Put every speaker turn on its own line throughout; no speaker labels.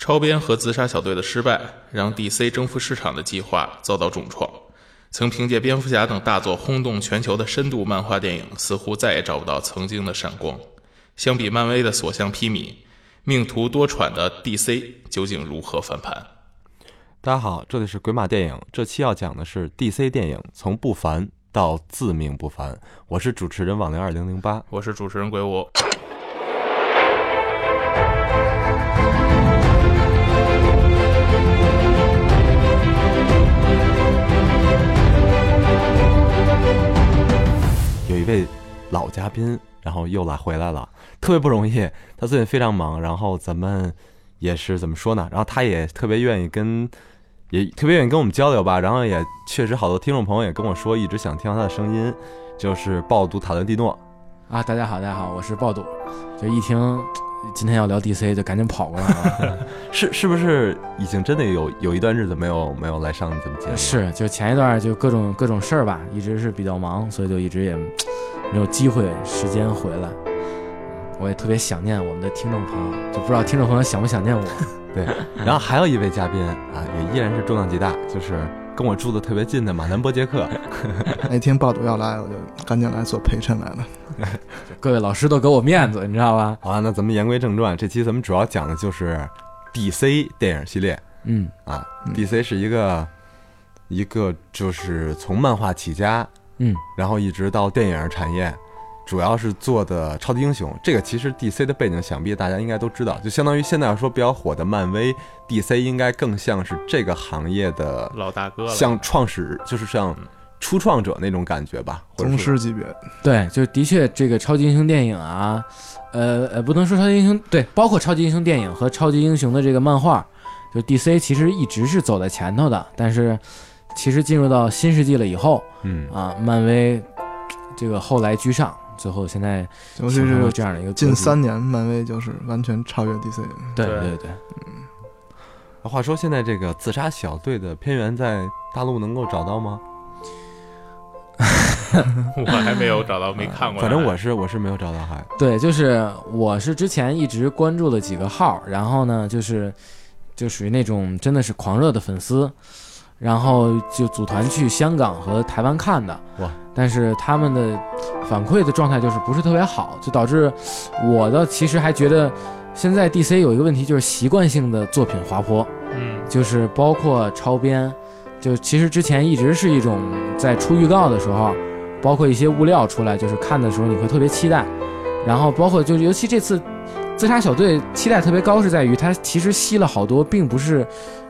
超编和自杀小队的失败，让 DC 征服市场的计划遭到重创。曾凭借蝙蝠侠等大作轰动全球的深度漫画电影，似乎再也找不到曾经的闪光。相比漫威的所向披靡，命途多舛的 DC 究竟如何翻盘？
大家好，这里是鬼马电影，这期要讲的是 DC 电影从不凡到自命不凡。我是主持人网聊二零零八，
我是主持人鬼武。
有一位老嘉宾，然后又来回来了，特别不容易。他最近非常忙，然后咱们也是怎么说呢？然后他也特别愿意跟，也特别愿意跟我们交流吧。然后也确实好多听众朋友也跟我说，一直想听到他的声音，就是暴读塔伦蒂诺。
啊，大家好，大家好，我是爆肚，就一听今天要聊 DC，就赶紧跑过来 了。
是是不是已经真的有有一段日子没有没有来上咱们节目？
是，就前一段就各种各种事儿吧，一直是比较忙，所以就一直也没有机会时间回来。我也特别想念我们的听众朋友，就不知道听众朋友想不想念我。
对，然后还有一位嘉宾啊，也依然是重量级大，就是跟我住的特别近的马南波杰克。
那天爆肚要来，我就赶紧来做陪衬来了。
各位老师都给我面子，你知道吧？
好啊，那咱们言归正传，这期咱们主要讲的就是 DC 电影系列
嗯，
啊。
嗯
DC 是一个一个就是从漫画起家，
嗯，
然后一直到电影产业，主要是做的超级英雄。这个其实 DC 的背景想必大家应该都知道，就相当于现在说比较火的漫威，DC 应该更像是这个行业的
老大哥了，
像创始，就是像
嗯
初创者那种感觉吧，或者
宗
是
师级别，
对，就的确这个超级英雄电影啊，呃呃，不能说超级英雄，对，包括超级英雄电影和超级英雄的这个漫画，就 DC 其实一直是走在前头的，但是其实进入到新世纪了以后
嗯，
啊，漫威这个后来居上，最后现在
尤其
形成了
是
这样的一个格
近
局
三年，漫威就是完全超越 DC。
对
对
对对，
话说现在这个自杀小队的片源在大陆能够找到吗？
我还没有找到，没看过。
反正我是我是没有找到还，
对，就是我是之前一直关注了几个号，然后呢，就是就属于那种真的是狂热的粉丝，然后就组团去香港和台湾看的。
哇！
但是他们的反馈的状态就是不是特别好，就导致我的其实还觉得现在 DC 有一个问题就是习惯性的作品滑坡。
嗯，
就是包括超编，就其实之前一直是一种在出预告的时候，包括一些物料出来，就是看的时候你会特别期待，然后包括就是尤其这次自杀小队期待特别高，是在于它其实吸了好多并不是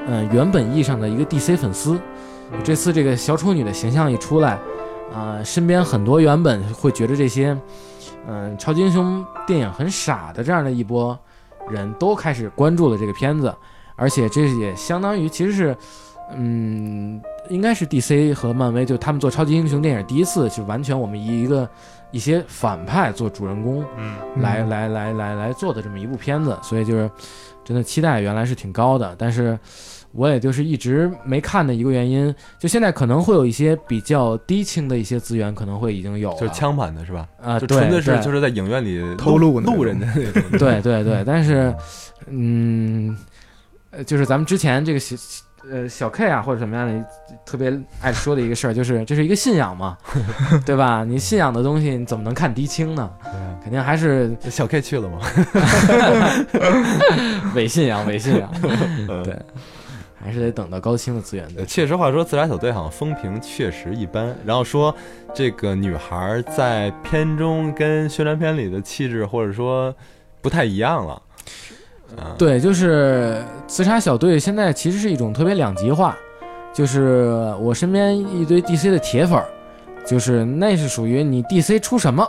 嗯、呃原本意义上的一个 DC 粉丝，这次这个小丑女的形象一出来，啊、身边很多原本会觉得这些，嗯、超级英雄电影很傻的这样的一波人都开始关注了这个片子，而且这也相当于其实是，嗯，应该是 DC 和漫威就他们做超级英雄电影第一次是完全我们以一个一些反派做主人公
嗯，
来来来来来做的这么一部片子，所以就是真的期待原来是挺高的，但是我也就是一直没看的一个原因，就现在可能会有一些比较低清的一些资源可能会已经有了，
就是枪版的是吧？
啊，
就
对
纯粹是
对
就是在影院里
偷录那种
录人家那种。
对对对，但是，嗯，呃，就是咱们之前这个小呃小 K 啊或者什么样的特别爱说的一个事儿，就是这是一个信 仰嘛，对吧？你信仰的东西你怎么能看低清呢？
对
肯定 还是
小 K 去了吗？
伪信仰，伪信仰，
对，
还是得等到高清的资源的。
确实话说，自杀小队好像风评确实一般。然后说这个女孩在片中跟宣传片里的气质或者说不太一样了。啊，
对，就是自杀小队现在其实是一种特别两极化，就是我身边一堆 DC 的铁粉儿，就是那是属于你 DC 出什么。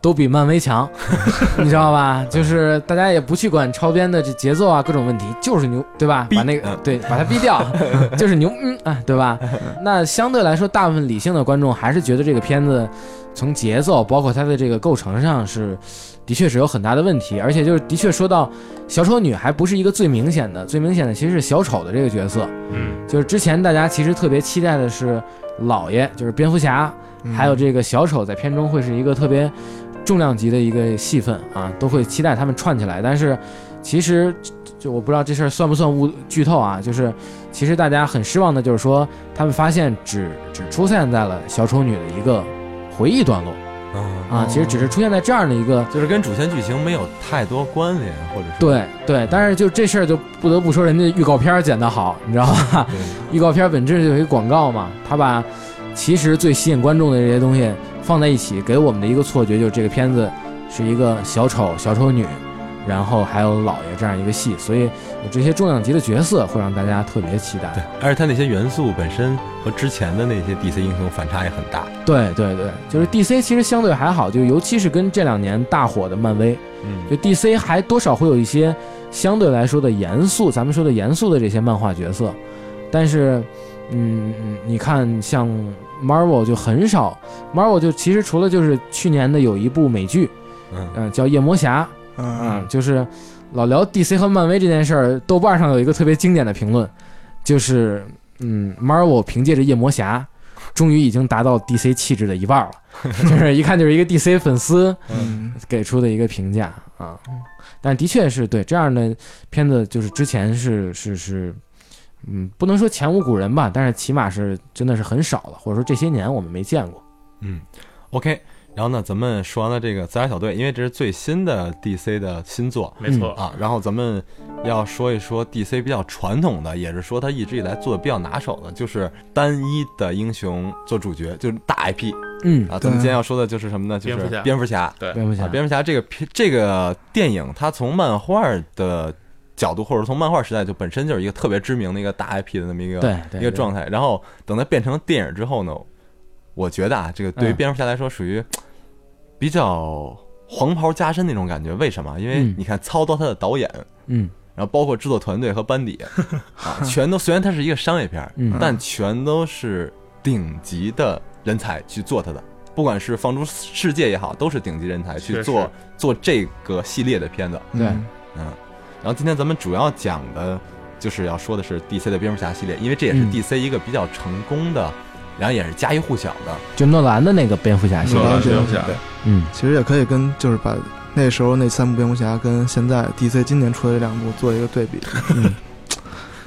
都比漫威强， 你知道吧？就是大家也不去管超编的这节奏啊，各种问题，就是牛，对吧？
逼
把那个
嗯
对，把它逼掉， 就是牛，嗯啊，对吧？那相对来说，大部分理性的观众还是觉得这个片子从节奏，包括它的这个构成上是，的确是有很大的问题，而且就是的确说到小丑女还不是一个最明显的，最明显的其实是小丑的这个角色。
嗯，
就是之前大家其实特别期待的是老爷，就是蝙蝠侠，
嗯
还有这个小丑在片中会是一个特别重量级的一个戏份啊，都会期待他们串起来。但是其实就我不知道这事儿算不算误剧透啊，就是其实大家很失望的就是说，他们发现只只出现在了小丑女的一个回忆段落
嗯，
啊，其实只是出现在这样的一个。
就是跟主线剧情没有太多关联，或者是
对对，但是就这事儿就不得不说人家预告片儿剪得好，你知道 吧？
对
预告片本质就是一广告嘛，他把其实最吸引观众的这些东西放在一起，给我们的一个错觉就是这个片子是一个小丑、小丑女，然后还有老爷这样一个戏，所以有这些重量级的角色会让大家特 别期待。
而且它那些元素本身和之前的那些 DC 英雄反差也很大。
对对对，就是 DC 其实相对还好，就尤其是跟这两年大火的漫威，
嗯
就 DC 还多少会有一些相对来说的严肃，咱们说的严肃的这些漫画角色，但是，嗯，嗯你看像 Marvel 就很少，Marvel 就其实除了就是去年的有一部美剧，
嗯，
嗯、叫《夜魔侠》，呃
嗯，
就是老聊 DC 和漫威这件事儿，豆瓣上有一个特别经典的评论，就是嗯，Marvel 凭借着夜魔侠，终于已经达到 DC 气质的一半儿了， 就是一看就是一个 DC 粉丝
嗯，
给出的一个评价啊。但的确是对这样的片子，就是之前是是是，嗯，不能说前无古人吧，但是起码是真的是很少了，或者说这些年我们没见过。
嗯，OK。然后呢，咱们说完了这个自杀小队，因为这是最新的 DC 的新作
没错，
啊。然后咱们要说一说 DC 比较传统的，也是说它一直以来做的比较拿手的，就是单一的英雄做主角，就是大 IP
嗯，
啊。咱们
对
今天要说的就是什么呢？就
蝙蝠
是
侠
蝙蝠侠。
对，
蝙蝠
啊，
侠，
蝙蝠侠这个片这个电影，它从漫画的角度，或者从漫画时代就本身就是一个特别知名的一个大 IP 的那么一个
对对
一个
对
状态。然后等它变成电影之后呢，我觉得啊，这个对于
嗯
蝙蝠侠来说属于比较黄袍加身那种感觉。为什么？因为
嗯
你看操刀他的导演，
嗯
然后包括制作团队和班 底啊，全都虽然它是一个商业片儿，
嗯
但全都是顶级的人才去做它的，不管是放逐世界也好，都是顶级人才去
确
做
实
做这个系列的片子。
对
嗯
嗯，然后今天咱们主要讲的就是要说的是 DC 的蝙蝠侠系列，因为这也是
嗯
DC 一个比较成功的，然后也是家喻户晓的。
就诺兰的那个蝙蝠侠系
诺
列，
兰蝙蝠侠，
嗯
其实也可以跟就是把那时候那三部蝙蝠侠跟现在 DC 今年出的这两部做一个对比，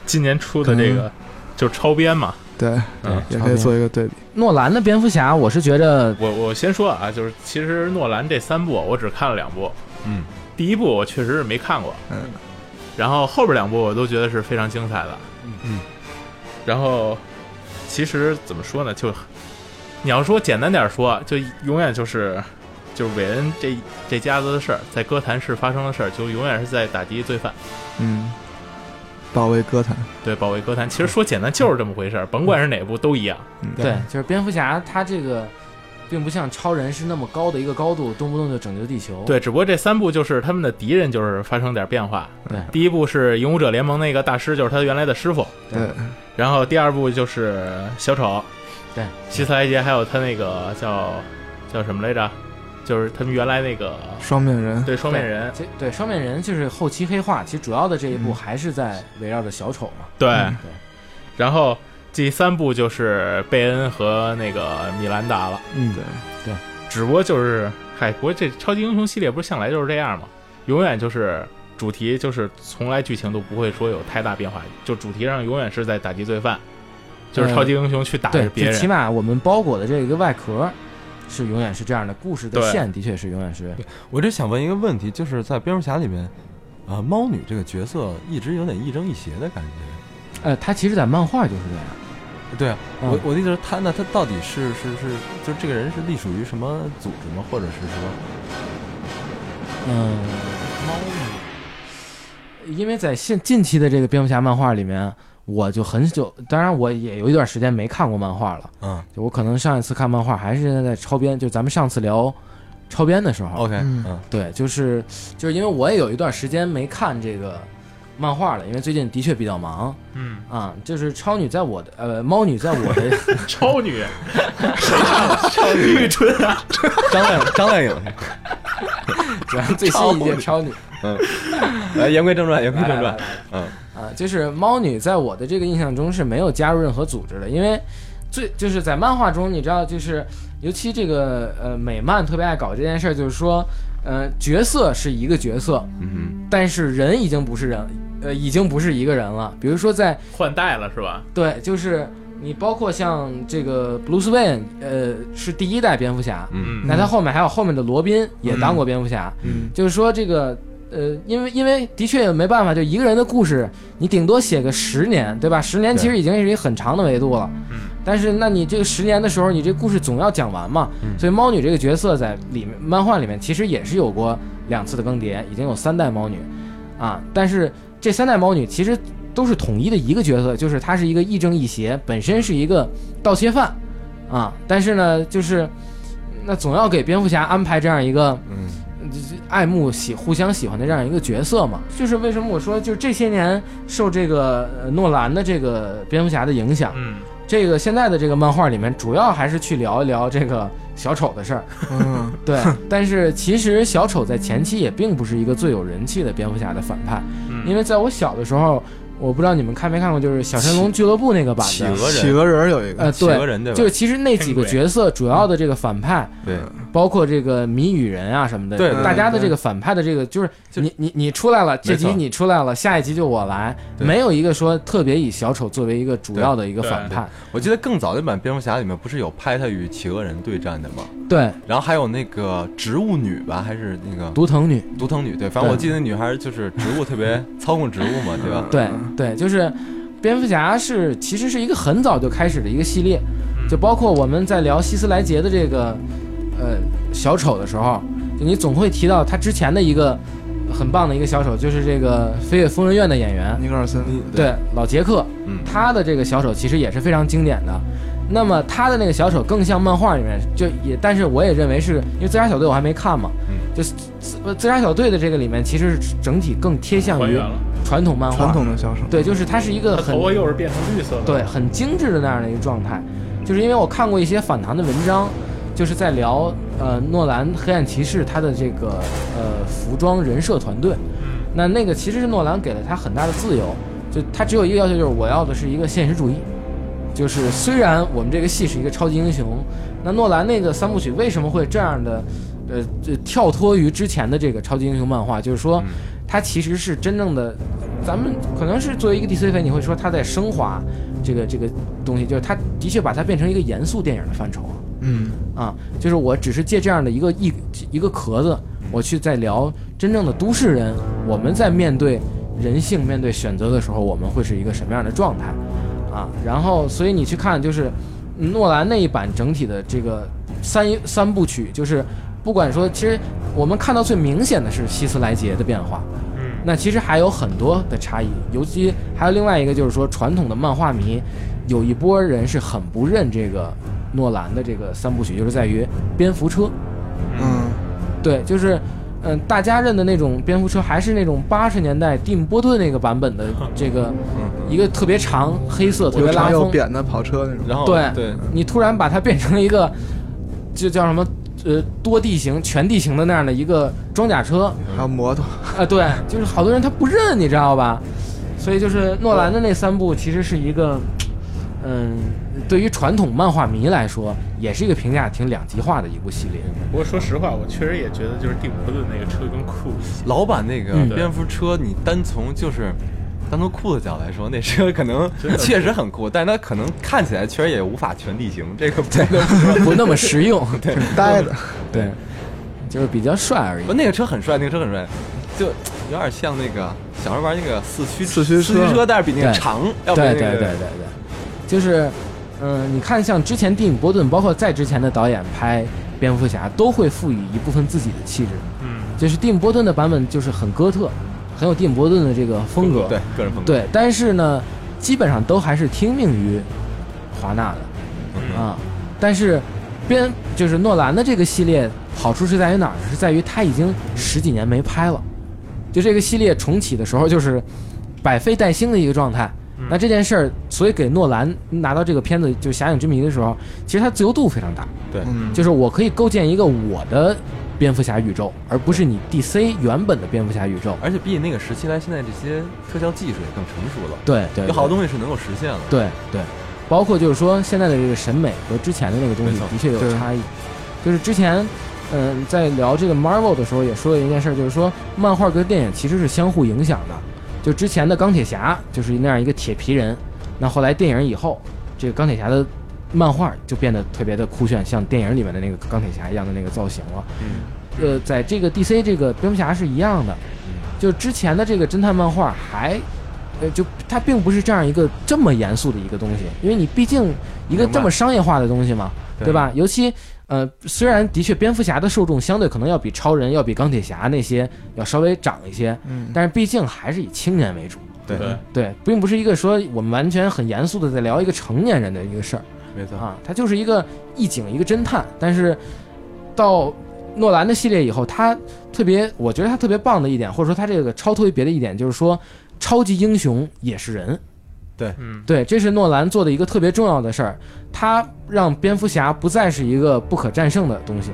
今年出的这个就是超编嘛，
对，
嗯，
也可以做一个对比。
诺兰的蝙蝠侠，我是觉得，
我我先说啊，就是其实诺兰这三部我只看了两部，
嗯，
第一部我确实是没看过，
嗯，
然后后边两部我都觉得是非常精彩的，
嗯，
然后其实怎么说呢，就你要说简单点说，就永远就是就是韦恩这这家子的事儿，在哥谭市发生的事儿，就永远是在打击罪犯，
嗯，保卫哥谭，
对，保卫哥谭。其实说简单就是这么回事儿，甭管是哪部都一样，
嗯，
对，就是蝙蝠侠他这个，并不像超人是那么高的一个高度，动不动就拯救地球。
对，只不过这三部就是他们的敌人就是发生点变化，
对
第一部是《影武者联盟》那个大师，就是他原来的师傅。
对，
然后第二部就是小丑，
对，
希斯莱杰，还有他那个叫叫什么来着？就是他们原来那个
双面人，
对双面人，
这对双面人就是后期黑化，其实主要的这一步
嗯
还是在围绕着小丑嘛。
对。
嗯
对
然后第三部就是贝恩和那个米兰达了，
嗯
对，
只不过就是，嗨，不过这超级英雄系列不是向来就是这样吗？永远就是主题就是从来剧情都不会说有太大变化，就主题上永远是在打击罪犯，就是超级英雄去打
对，
别
就起
人。
码我们包裹的这个外壳是永远是这样的，故事的
对
线的确是永远是
我就想问一个问题，就是在蝙蝠侠里面，啊、猫女这个角色一直有点亦正亦邪的感觉。
呃，它其实，在漫画就是这样。
对啊，
嗯
我我的意思是他，那他到底是是是，就是这个人是隶属于什么组织吗？或者是什么？
嗯，因为在现近期的这个蝙蝠侠漫画里面，我就很久，当然我也有一段时间没看过漫画了。
嗯
就我可能上一次看漫画还是在超编，就咱们上次聊超编的时
哦
候。
，OK，
嗯
嗯
对，就是就是因为我也有一段时间没看这个漫画了，因为最近的确比较忙
嗯，
啊。就是超女在我的呃猫女在我 的
超女，超女玉春啊，
张靓张靓颖，
主要最新一届超 女
来言归正传，言归正
来
传
来来，
嗯
啊，就是猫女在我的这个印象中是没有加入任何组织的，因为最就是在漫画中，你知道，就是尤其这个呃美漫特别爱搞这件事儿，就是说呃，角色是一个角色，
嗯
但是人已经不是人，呃，已经不是一个人了。比如说在
换代了是吧？
对，就是你包括像这个 Bruce Wayne，呃，是第一代蝙蝠侠，
嗯
那他后面还有后面的罗宾也当过蝙蝠侠，
嗯
就是说这个。呃，因为因为的确没办法，就一个人的故事，你顶多写个十年，对吧？十年其实已经是一个很长的维度了。
嗯。
但是，那你这个十年的时候，你这故事总要讲完嘛。
嗯
所以，猫女这个角色在里面漫画里面其实也是有过两次的更迭，已经有三代猫女，啊，但是这三代猫女其实都是统一的一个角色，就是她是一个亦正亦邪，本身是一个盗窃犯，啊，但是呢，就是那总要给蝙蝠侠安排这样一个。
嗯
爱慕喜互相喜欢的这样一个角色嘛，就是为什么我说就是这些年受这个呃诺兰的这个蝙蝠侠的影响，
嗯，
这个现在的这个漫画里面主要还是去聊一聊这个小丑的事儿，
嗯
对。但是其实小丑在前期也并不是一个最有人气的蝙蝠侠的反派，
嗯
因为在我小的时候，我不知道你们看没看过，就是小神龙俱乐部那个版
企
的，
鹅人
企鹅人儿有一个
呃，
企鹅
对，
嗯人对吧？
就是其实那几个
Penguin
角色主要的这个反派，
对，
包括这个谜语人啊什么的，
嗯对对
大家的
对
这个反派的这个就是
就
你你你出来了，这集
没错
你出来了，下一集就我来，
对
没有一个说特别以小丑作为一个主要的一个
对
反派，
我记得更早那版蝙蝠侠里面不是有拍他与企鹅人对战的吗？
对，
然后还有那个植物女吧，还是那个
毒藤女，
毒藤女？对，反正
对
我记得那女孩就是植物特 别操控植物嘛，对吧？
对对，就是蝙蝠侠是其实是一个很早就开始的一个系列，就包括我们在聊希斯莱杰的这个呃小丑的时候，就你总会提到他之前的一个很棒的一个小丑，就是这个《飞越疯人院》的演员，
尼克尔森，
对老杰克，
嗯
他的这个小丑其实也是非常经典的。那么他的那个小丑更像漫画里面，就也，但是我也认为是因为自杀小队我还没看嘛，
嗯
就是自呃自杀小队的这个里面其实是整体更贴向
还
于
原了，
传统漫画，
传统的小丑，
对，就是它是一个
他
很
头发又是变成绿色的，
对很精致的那样的一个状态，就是因为我看过一些反弹的文章，就是在聊呃诺兰黑暗骑士他的这个呃服装人设团队，
嗯，
那那个其实是诺兰给了他很大的自由，就他只有一个要求，就是我要的是一个现实主义。就是虽然我们这个戏是一个超级英雄，那诺兰那个三部曲为什么会这样的，呃，这跳脱于之前的这个超级英雄漫画？就是说，它其实是真正的，咱们可能是作为一个 DC 粉，你会说它在升华这个这个东西，就是它的确把它变成一个严肃电影的范畴了。
嗯，
啊，就是我只是借这样的一个一一个壳子，我去在聊真正的都市人，我们在面对人性、面对选择的时候，我们会是一个什么样的状态啊？然后，所以你去看，就是诺兰那一版整体的这个三三部曲，就是不管说，其实我们看到最明显的是希斯莱杰的变化，
嗯，
那其实还有很多的差异，尤其还有另外一个就是说，传统的漫画迷有一波人是很不认这个诺兰的这个三部曲，就是在于蝙蝠车。
嗯，
对，就是嗯、大家认的那种蝙蝠车还是那种八十年代蒂姆·波顿那个版本的这个一个特别长黑色、特
有
别拉
长有
风。
扁的跑车那种，
然后
对
对，
你突然把它变成了一个，就叫什么呃多地形、全地形的那样的一个装甲车，
还有摩托，
啊，对，就是好多人他不认，你知道吧？所以就是诺兰的那三部其实是一个，嗯，对于传统漫画迷来说，也是一个评价挺两极化的一部系列。
不过说实话，我确实也觉得就是蒂姆·波顿那个车更酷一些，
老版那个
嗯
蝙蝠车，你单从就是单从酷的角度来说，那车可能确实很酷，但它可能看起来确实也无法全地形，这个不得不说。
不那么实用， 对
挺呆的，
对，就是比较帅而已
不，。那个车很帅，那个车很帅，就有点像那个小时候玩那个四驱
四驱车
四驱车，但是比那个
对
长，要比那
对对
个
对对对，就是，嗯，你看像之前蒂姆·波顿，包括在之前的导演拍蝙蝠侠，都会赋予一部分自己的气质。
嗯，
就是蒂姆·波顿的版本就是很哥特，很有蒂姆·波顿的这个风格。
对个人风格。
对，但是呢，基本上都还是听命于华纳的
嗯
啊。但是编就是诺兰的这个系列好处是在于哪儿呢？是在于他已经十几年没拍了，就这个系列重启的时候就是百废待兴的一个状态。那这件事儿，所以给诺兰拿到这个片子就《侠影之谜》的时候，其实他自由度非常大，
对
嗯，
就是我可以构建一个我的蝙蝠侠宇宙，而不是你 DC 原本的蝙蝠侠宇宙。
而且比那个时期来，现在这些特效技术也更成熟了，
对对，
有好
对
多东西是能够实现了。
对对，包括就是说现在的这个审美和之前的那个东西
没错
的确有
对
差异，就是之前嗯，在聊这个 Marvel 的时候也说了一件事儿，就是说漫画跟电影其实是相互影响的。就之前的钢铁侠就是那样一个铁皮人，那后来电影以后，这个钢铁侠的漫画就变得特别的酷炫，像电影里面的那个钢铁侠一样的那个造型了。嗯，呃，在这个 DC 这个蝙蝠侠是一样的，
嗯
就之前的这个侦探漫画还。呃，就它并不是这样一个这么严肃的一个东西，因为你毕竟一个
明白
这么商业化的东西嘛，
对
对吧？尤其呃，虽然的确蝙蝠侠的受众相对可能要比超人、要比钢铁侠那些要稍微长一些，
嗯，
但是毕竟还是以青年为主。
对
对，
对，并不是一个说我们完全很严肃的在聊一个成年人的一个事儿
没错，
啊，它就是一个一警一个侦探。但是到诺兰的系列以后，他特别，我觉得他特别棒的一点，或者说他这个超脱于别的一点，就是说超级英雄也是人。
嗯，
对，这是诺兰做的一个特别重要的事儿，他让蝙蝠侠不再是一个不可战胜的东西，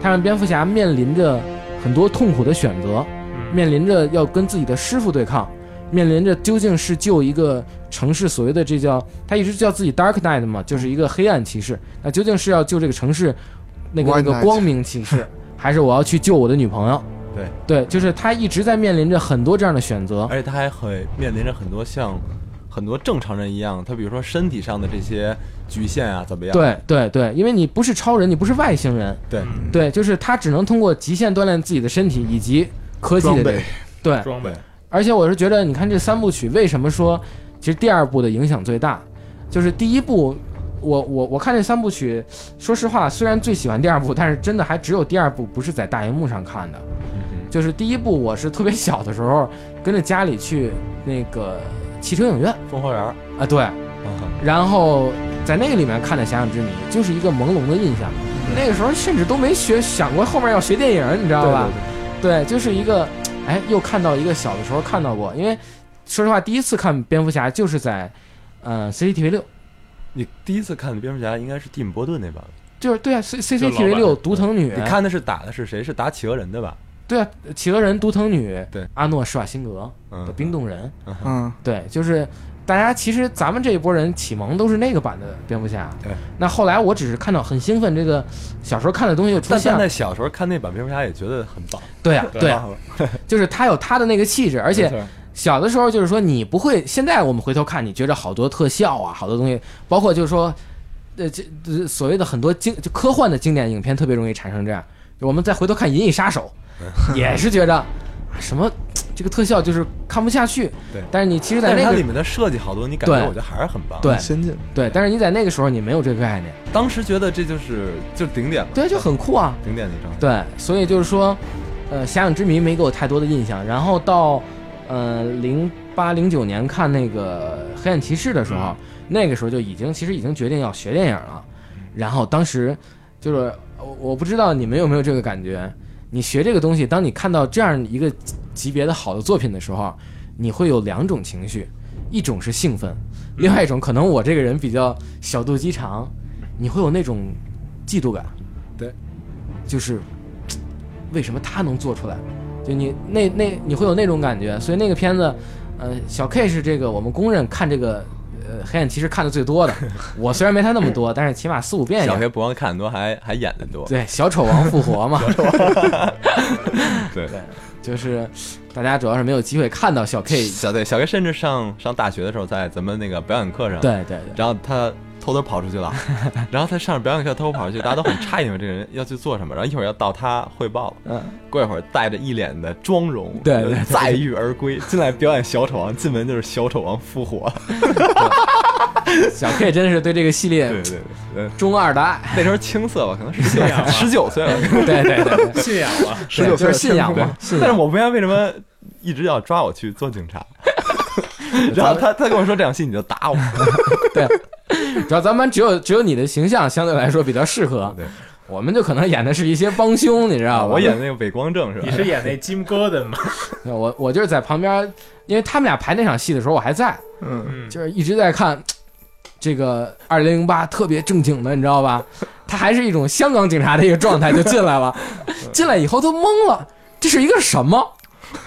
他让蝙蝠侠面临着很多痛苦的选择，面临着要跟自己的师傅对抗，面临着究竟是救一个城市所谓的这叫他一直叫自己 Dark Knight 嘛，就是一个黑暗骑士，那究竟是要救这个城市那个那
White
个
Knight
光明骑士，还是我要去救我的女朋友？
对
对，就是他一直在面临着很多这样的选择。
而且他还很面临着很多像很多正常人一样，他比如说身体上的这些局限啊，怎么样？
对对对，因为你不是超人，你不是外星人，
对
嗯
对，就是他只能通过极限锻炼自己的身体以及科技的
装
这个
备，
对，
装备
对，
而且我是觉得，你看这三部曲，为什么说其实第二部的影响最大？就是第一部，我我我看这三部曲，说实话，虽然最喜欢第二部，但是真的还只有第二部不是在大荧幕上看的。
嗯
就是第一部，我是特别小的时候跟着家里去那个汽车影院
蜂花园儿，
啊，对，
啊
然后在那个里面看的《遐想之谜》，就是一个朦胧的印象。那个时候甚至都没学想过后面要学电影，你知道吧？对，就是一个，哎，又看到一个小的时候看到过，因为说实话，第一次看蝙蝠侠就是在，呃，CCTV 六，
你第一次看的蝙蝠侠应该是蒂姆·波顿那版吧，
就是对啊，C
就老版
CCTV 六独藤女，
你看的是打的是谁？是打企鹅人对吧？
对啊，企鹅人独藤女，
对，
阿诺施瓦辛格的
嗯，
冰冻人，
嗯，
对，就是大家其实咱们这一波人启蒙都是那个版的蝙蝠侠，
对，
那后来我只是看到很兴奋，这个小时候看的东西又出
但
现
但
了
在，小时候看那版蝙蝠侠也觉得很棒，
对啊，
对
对啊，就是他有他的那个气质，而且
没错
小的时候就是说你不会，现在我们回头看，你觉着好多特效啊，好多东西，包括就是说，呃，这这所谓的很多经就科幻的经典影片，特别容易产生这样。就我们再回头看《银翼 杀手》，也是觉着啊什么这个特效就是看不下去。
对
但是你其实在
但是
那
它里
个
面的设计好多，你感觉
对
我觉得还是很棒。
对
先进，
对，但是你在那个时候你没有这个概念，
当时觉得这就是就是顶点嘛，
对，就很酷啊。
顶点的状态。
对，所以就是说，呃，《遐想之谜》没给我太多的印象。然后到呃零八零九年看那个《黑暗骑士》的时候，那个时候就已经其实已经决定要学电影了。然后当时就是我我不知道你们有没有这个感觉，你学这个东西，当你看到这样一个级别的好的作品的时候，你会有两种情绪，一种是兴
嗯
奋，另外一种可能我这个人比较小肚鸡肠，你会有那种嫉妒感。
对，
就是嘖为什么他能做出来？就你那那你会有那种感觉，所以那个片子，呃，小 K 是这个我们公认看这个呃黑暗骑士看的最多的。我虽然没他那么多，但是起码四五遍也
小学不光看得多，还还演的多。
对，小丑王复活嘛，
对，
就是大家主要是没有机会看到小 K。
小对小学甚至上上大学的时候，在咱们那个表演课上，，
对对对，
然后他偷偷跑出去了， 然后他上着表演课偷偷跑出去，大家都很诧异，这个人要去做什么，然后一会儿要到他汇报了，
嗯，
过一会儿带着一脸的妆容，呃
对对对
载誉而归，进来表演小丑王，进门就是小丑王复活，
小 K 真是对这个系
对
列
对对，呃
中二的爱。
那时候青涩吧，可能十
信仰
九
吧
十九岁了，
对对对 对，
信仰了，
19
对就是
岁的
信仰
天
嘛
赋，
信
但是
仰。
我不明白为什么一直要抓我去做警察。然后他他跟我说这场戏你就打我，
对，主要咱们只有只有你的形象相对来说比较适合，
对
我们就可能演的是一些帮凶，你知道
啊
吧？
我演那个伪光正是吧？
你是演那 Jim Gordon 吗？
对我我就是在旁边，因为他们俩排那场戏的时候我还在，
嗯，
嗯，
就是一直在看这个二零零八特别正经的，你知道吧？他还是一种香港警察的一个状态就进来了，进来以后都懵了，这是一个什么？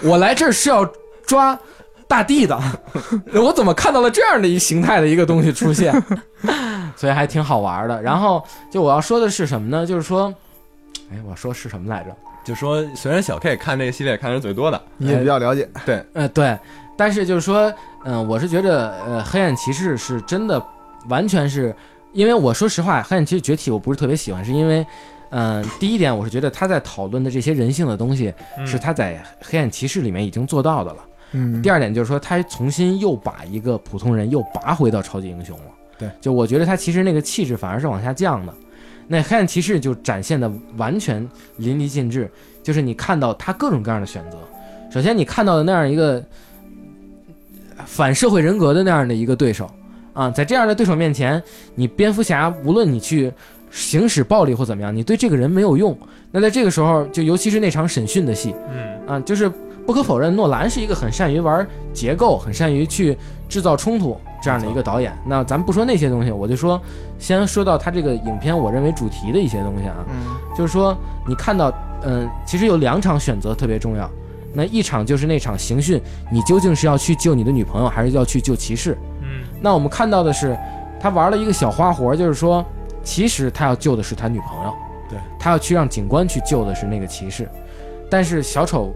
我来这儿是要抓大地的， 我怎么看到了这样的一形态的一个东西出现？ 所以还挺好玩的。然后就我要说的是什么呢？就是说，哎，我说是什么来着？
就说虽然小 K 看这个系列看的是最多的，
你
哎
也比较了解，
呃，对，但是就是说，嗯、我是觉得，呃，黑暗骑士是真的完全是，因为我说实话，黑暗骑士崛起我不是特别喜欢，是因为，嗯、第一点我是觉得他在讨论的这些人性的东西，是他在黑暗骑士里面已经做到的了。
嗯，
第二点就是说，他重新又把一个普通人又拔回到超级英雄了。
对，
就我觉得他其实那个气质反而是往下降的。那黑暗骑士就展现的完全淋漓尽致，就是你看到他各种各样的选择。首先，你看到的那样一个呃反社会人格的那样的一个对手啊，在这样的对手面前，你蝙蝠侠无论你去行使暴力或怎么样，你对这个人没有用。那在这个时候，就尤其是那场审讯的戏，
嗯
啊，就是不可否认，诺兰是一个很善于玩结构、很善于去制造冲突这样的一个导演。那咱不说那些东西，我就说，先说到他这个影片，我认为主题的一些东西啊，
嗯
就是说你看到，嗯、其实有两场选择特别重要。那一场就是那场刑讯，你究竟是要去救你的女朋友，还是要去救骑士？
嗯
那我们看到的是，他玩了一个小花活，就是说，其实他要救的是他女朋友，
对
他要去让警官去救的是那个骑士，但是小丑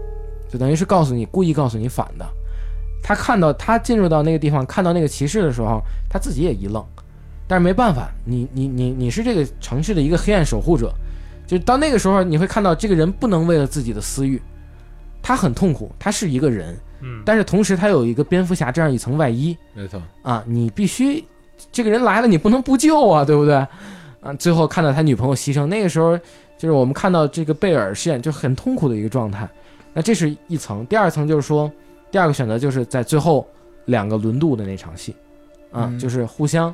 就等于是告诉你，故意告诉你反的。他看到他进入到那个地方，看到那个骑士的时候，他自己也一愣，但是没办法，你你你你是这个城市的一个黑暗守护者，就到那个时候，你会看到这个人不能为了自己的私欲，他很痛苦，他是一个人，
嗯，
但是同时他有一个蝙蝠侠这样一层外衣，
没错，
啊，你必须这个人来了，你不能不救啊，对不对？啊，最后看到他女朋友牺牲，那个时候就是我们看到这个贝尔饰演就很痛苦的一个状态。那这是一层，第二层就是说，第二个选择就是在最后两个轮渡的那场戏，啊，
嗯
就是互相，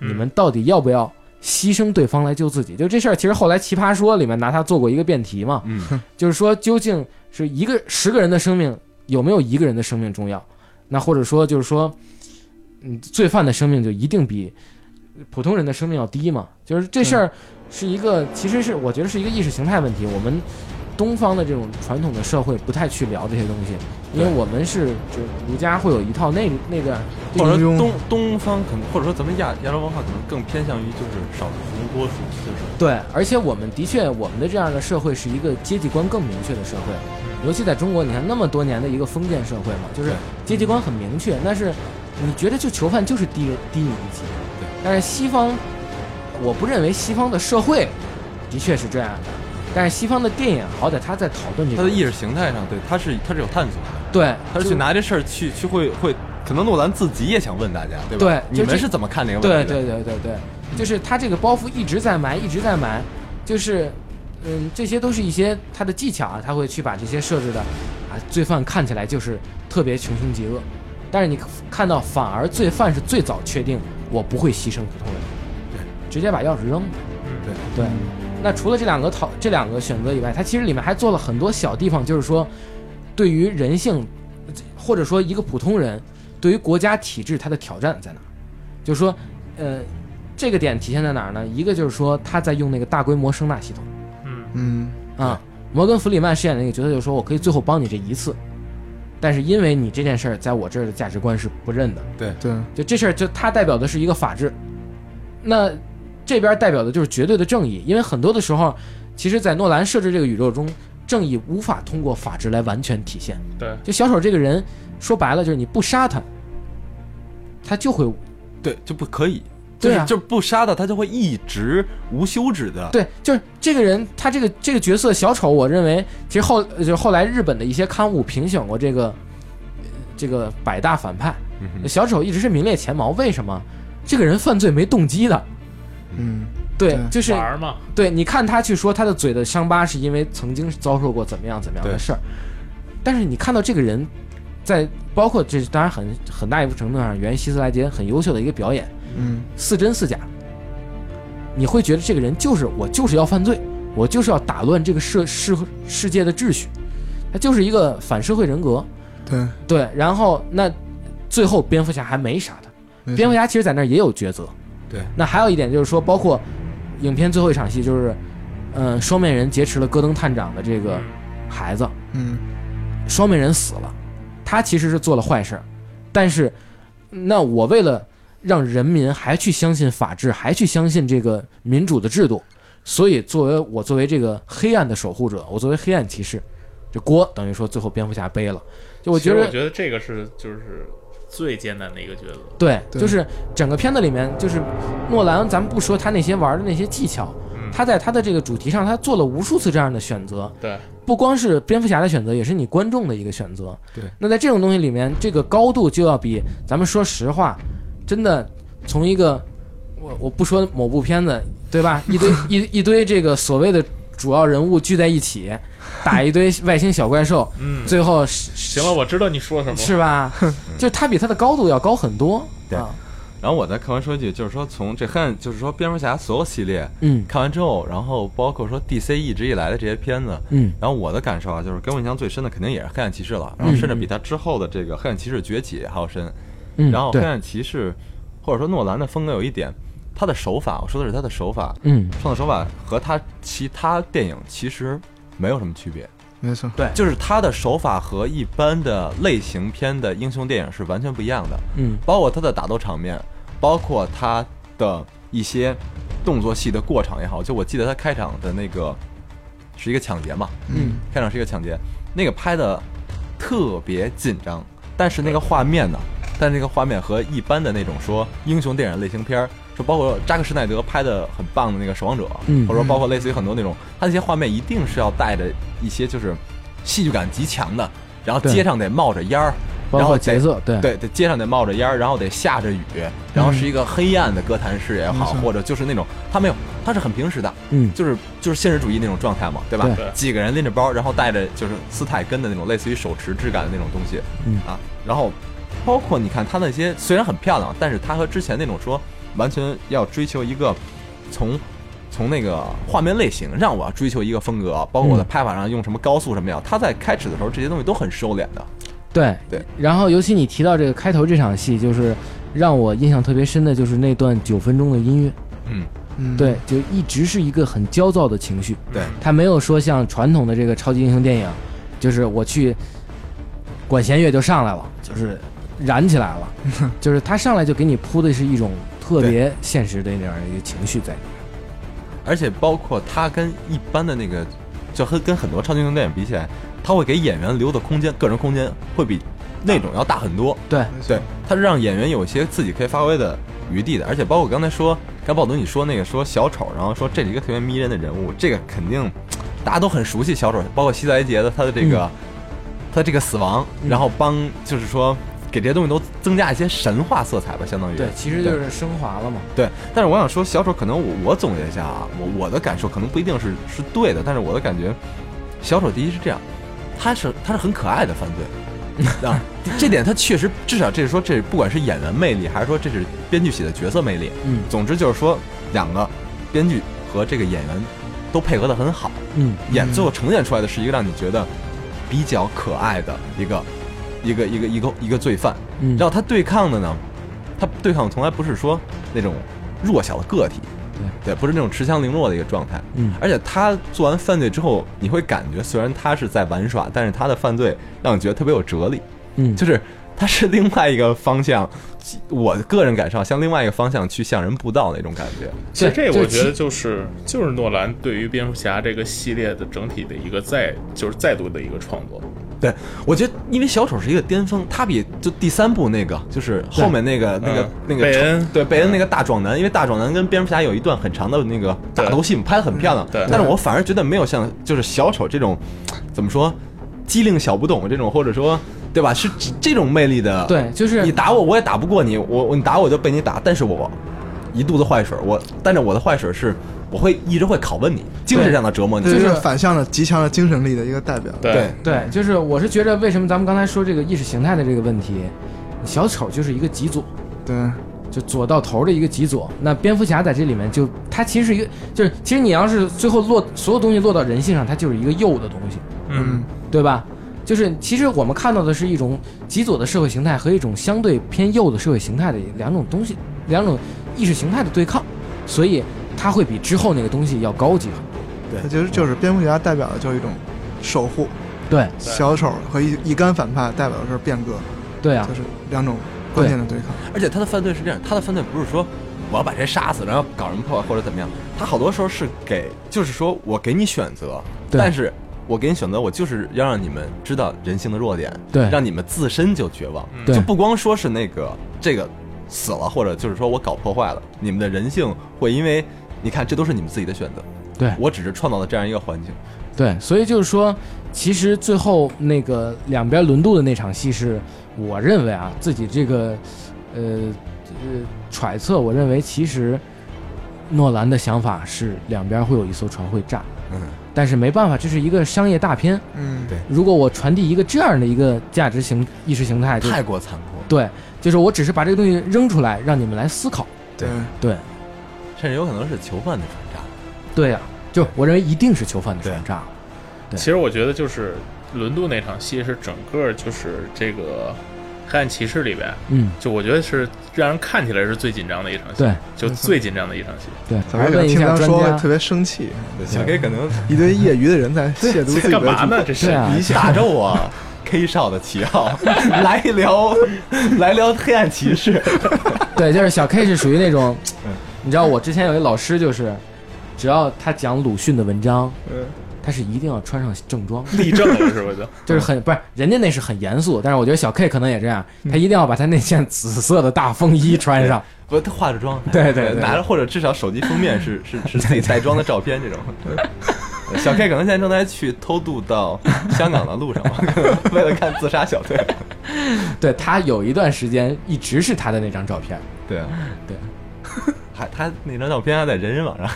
嗯
你们到底要不要牺牲对方来救自己？就这事儿，其实后来《奇葩说》里面拿它做过一个辩题嘛，
嗯，
就是说究竟是一个十个人的生命有没有一个人的生命重要？那或者说就是说，嗯，罪犯的生命就一定比普通人的生命要低嘛？就是这事儿是一个，其实是我觉得是一个意识形态问题。我们东方的这种传统的社会不太去聊这些东西，因为我们是就儒家会有一套那那个
或者说
中庸
东东方可能，或者说咱们亚亚洲文化可能更偏向于就是少数服多数，就是
对，而且我们的确，我们的这样的社会是一个阶级观更明确的社会，尤其在中国，你看那么多年的一个封建社会嘛，就是
对
阶级观很明确，但是你觉得就囚犯就是低低你一级
对，
但是西方，我不认为西方的社会的确是这样的，但是西方的电影好歹他在讨论这
它
个
的
问题，
意识形态上，对，它是它是有探索的，
对，
它是
嗯就
去拿这事儿去去会会，可能诺兰自己也想问大家，对吧？
对
你
就
们
这
是怎么看这个
对
问题的？
对对对对，就是他这个包袱一直在埋，一直在埋，就是，嗯，这些都是一些他的技巧啊，他会去把这些设置的，啊，罪犯看起来就是特别穷凶极恶，但是你看到反而罪犯是最早确定我不会牺牲普通人，
对，
直接把钥匙扔了，
对
对。那除了这两个讨这两个选择以外，它其实里面还做了很多小地方，就是说，对于人性，或者说一个普通人，对于国家体制它的挑战在哪儿？就是说，呃，这个点体现在哪儿呢？一个就是说他在用那个大规模声纳系统
嗯
啊，摩根弗里曼饰演的那个角色就说，我可以最后帮你这一次，但是因为你这件事儿在我这儿的价值观是不认的，
对，
就这事儿，就它代表的是一个法治，那这边代表的就是绝对的正义，因为很多的时候，其实，在诺兰设置这个宇宙中，正义无法通过法治来完全体现。
对，
就小丑这个人，说白了就是你不杀他，他就会
对，就不可以，就
对
是、
啊
就不杀的，他就会一直无休止的，
对，就是这个人，他这个这个角色小丑，我认为其实后就是后来日本的一些刊物评选过这个呃这个百大反派，
嗯哼
小丑一直是名列前茅。为什么？这个人犯罪没动机的，
嗯
对，
对
就是
玩儿嘛，
对，你看他去说他的嘴的伤疤是因为曾经遭受过怎么样怎么样的
对
事儿，但是你看到这个人，在包括这当然很很大一部分程度上源于希斯莱杰很优秀的一个表演，
嗯
似真似假，你会觉得这个人就是我就是要犯罪，我就是要打乱这个社世世界的秩序，他就是一个反社会人格。
嗯对，
对，然后那最后蝙蝠侠还没杀
嗯
他。
没错
蝙蝠侠其实在那儿也有抉择。
对，
那还有一点就是说，包括影片最后一场戏，就是，嗯、双面人劫持了戈登探长的这个孩子，
嗯
双面人死了，他其实是做了坏事儿，但是，那我为了让人民还去相信法治，还去相信这个民主的制度，所以作为我作为这个黑暗的守护者，我作为黑暗骑士，这锅等于说最后蝙蝠侠背了。就我
其
觉
实
得
我觉得这个是就是最艰难的一个角色。
对，
对
就是整个片子里面，就是诺兰，咱们不说他那些玩的那些技巧，
嗯
他在他的这个主题上，他做了无数次这样的选择，
对，
不光是蝙蝠侠的选择，也是你观众的一个选择。
对，
那在这种东西里面，这个高度就要比咱们说实话，真的从一个我我不说某部片子 对吧，一堆一一堆这个所谓的主要人物聚在一起，打一堆外星小怪兽，
嗯，
最后行
行了，我知道你说什么。
是吧？就是它比它的高度要高很多。
对
啊
然后我再客观说一句，就是说从这黑暗，就是说蝙蝠侠所有系列
嗯
看完之后，然后包括说 DC 一直以来的这些片子，
嗯
然后我的感受啊，就是给我印象最深的肯定也是黑暗骑士了，然后甚至比他之后的这个黑暗骑士崛起还要深。
嗯，
然后黑
对，
暗骑士或者说诺兰的风格有一点，他的手法，我说的是他的手法，
嗯，
创作手法和他其他电影其实没有什么区别，
没错，
对，
就是他的手法和一般的类型片的英雄电影是完全不一样的，
嗯
包括他的打斗场面，包括他的一些动作戏的过场也好，就我记得他开场的那个是一个抢劫嘛，
嗯
开场是一个抢劫，那个拍的特别紧张，但是那个画面呢，但那个画面和一般的那种说英雄电影类型片儿，说包括扎克施耐德拍的很棒的那个《守望者》，
嗯
或者说包括类似于很多那种，他那些画面一定是要带着一些就是戏剧感极强的，然后
对
街上得冒着烟儿，
包
然后
括
得
节奏，对
对，得街上得冒着烟儿，然后得下着雨，然后是一个黑暗的哥谭市也好，
没错
或者就是那种他没有，他是很平时的，
嗯
就是就是现实主义那种状态嘛，对吧？
对
几个人拎着包，然后带着就是斯泰根的那种类似于手持质感的那种东西，
嗯
啊，然后包括你看他那些虽然很漂亮，但是他和之前那种说完全要追求一个从。从那个画面类型让我要追求一个风格，包括我的
嗯
拍法上用什么高速什么样，他在开始的时候这些东西都很收敛的。
对
对。
然后尤其你提到这个开头这场戏，就是让我印象特别深的就是那段九分钟的音乐，
嗯，
嗯，
对，就一直是一个很焦躁的情绪，
对，
他没有说像传统的这个超级英雄电影，就是我去管弦乐就上来了，就是燃起来了，就是他上来就给你铺的是一种特别现实的那样一个情绪在里面。
而且包括他跟一般的那个，就和跟很多超级英雄电影比起来，他会给演员留的空间，个人空间会比那种要大很多。
对，
没错
对，他是让演员有一些自己可以发挥的余地的。而且包括我刚才说，刚宝东你说那个说小丑，然后说这是一个特别迷人的人物，这个肯定大家都很熟悉小丑，包括希莱杰的他的这
嗯
个、他这个死亡，然后帮就是说给这些东西都增加一些神话色彩吧，相当于
对，其实就是升华了嘛。
对，但是我想说，小丑可能我我总结一下啊，我我的感受可能不一定是是对的，但是我的感觉，小丑第一是这样，他是他是很可爱的犯罪， 啊，这点他确实至少这是说这是不管是演员魅力，还是说这是编剧写的角色魅力，
嗯
总之就是说两个编剧和这个演员都配合的很好，
嗯
演最后呈现出来的是一个让你觉得比较可爱的一个一个一个一个一个罪犯，
嗯，
然后他对抗的呢，他对抗从来不是说那种弱小的个体，对，不是那种持强凌弱的一个状态。
嗯
而且他做完犯罪之后，你会感觉虽然他是在玩耍，但是他的犯罪让你觉得特别有哲理，
嗯
就是他是另外一个方向，我个人感受向另外一个方向去向人布道那种感觉。
其实
对
这
就
我
是
觉得
其
就是就是诺兰对于蝙蝠侠这个系列的整体的一个再就是再度的一个创作，
对，我觉得因为小丑是一个巅峰，他比就第三部那个就是后面那个那个、
嗯
那个
贝恩嗯
对贝恩那个大壮男，因为大壮男跟蝙蝠侠有一段很长的那个
对嗯
打斗戏，拍的很漂亮。
对
但是我反而觉得没有像就是小丑这种，怎么说，机灵小不懂这种，或者说对吧，是这这种魅力的。
对就是
你打我，我也打不过你，我我你打我就被你打，但是我一肚子坏水，我但是我的坏水是我会一直会拷问你，精神上的折磨你。
这
就是
是反向的极强的精神力的一个代表。
对
对
对，就是我是觉得为什么咱们刚才说这个意识形态的这个问题，小丑就是一个极左，
对，
就左到头的一个极左。那蝙蝠侠在这里面就他其实是一个，就是其实你要是最后落所有东西落到人性上，它就是一个右的东西，
嗯，
对吧？就是其实我们看到的是一种极左的社会形态和一种相对偏右的社会形态的两种东西，两种意识形态的对抗，所以它会比之后那个东西要高级很多。
他其实就是蝙蝠侠代表的就是一种守护，
对
小丑和一一干反派代表的是变革，
对啊
就，是两种观念的对抗。
而且他的犯罪是这样，他的犯罪不是说我要把谁杀死，然后搞什么破坏或者怎么样。他好多时候是给，就是说我给你选择，
对
但是我给你选择，我就是要让你们知道人性的弱点，
对
让你们自身就绝望，
嗯
对
就不光说是那个这个死了，或者就是说我搞破坏了，你们的人性会因为。你看，这都是你们自己的选择。
对
我只是创造了这样一个环境。
对，所以就是说，其实最后那个两边轮渡的那场戏是，我认为啊，自己这个呃呃揣测，我认为其实诺兰的想法是两边会有一艘船会炸，
嗯，
但是没办法，这是一个商业大片。
嗯，
对
如果我传递一个这样的一个价值形意识形态，就
太过残酷，
对，就是我只是把这个东西扔出来，让你们来思考。
对
对，
甚至有可能是囚犯的传炸。
对呀、
啊
就我认为一定是囚犯的船炸。对
其实我觉得就是轮渡那场戏是整个就是这个黑暗骑士里边，
嗯，
就我觉得是让人看起来是最紧张的一场戏，
对
就最紧张的一场戏。
对，
小
来
黑可
问
能
一
听
下
他
专
说会
家
特，别生气，
小 K 可能
一堆业余的人在亵渎自己
干嘛
的
呢？这是
对啊
你打着我 K 少的旗号来聊，来聊黑暗骑士。
对，就是小 K 是属于那种
嗯，
你知道我之前有一老师就是，只要他讲鲁迅的文章，
嗯
他是一定要穿上正装，
立正了是吧？就
就是很不是人家那是很严肃，但是我觉得小 K 可能也这样，他一定要把他那件紫色的大风衣穿上。
不，他化着妆，
对对对
拿着或者至少手机封面是是是自己带妆的照片这种。对小 K 可能现在正在去偷渡到香港的路上嘛，为了看自杀小队。
对他有一段时间一直是他的那张照片，
对啊，
对，
还他那张照片还在人人网 上，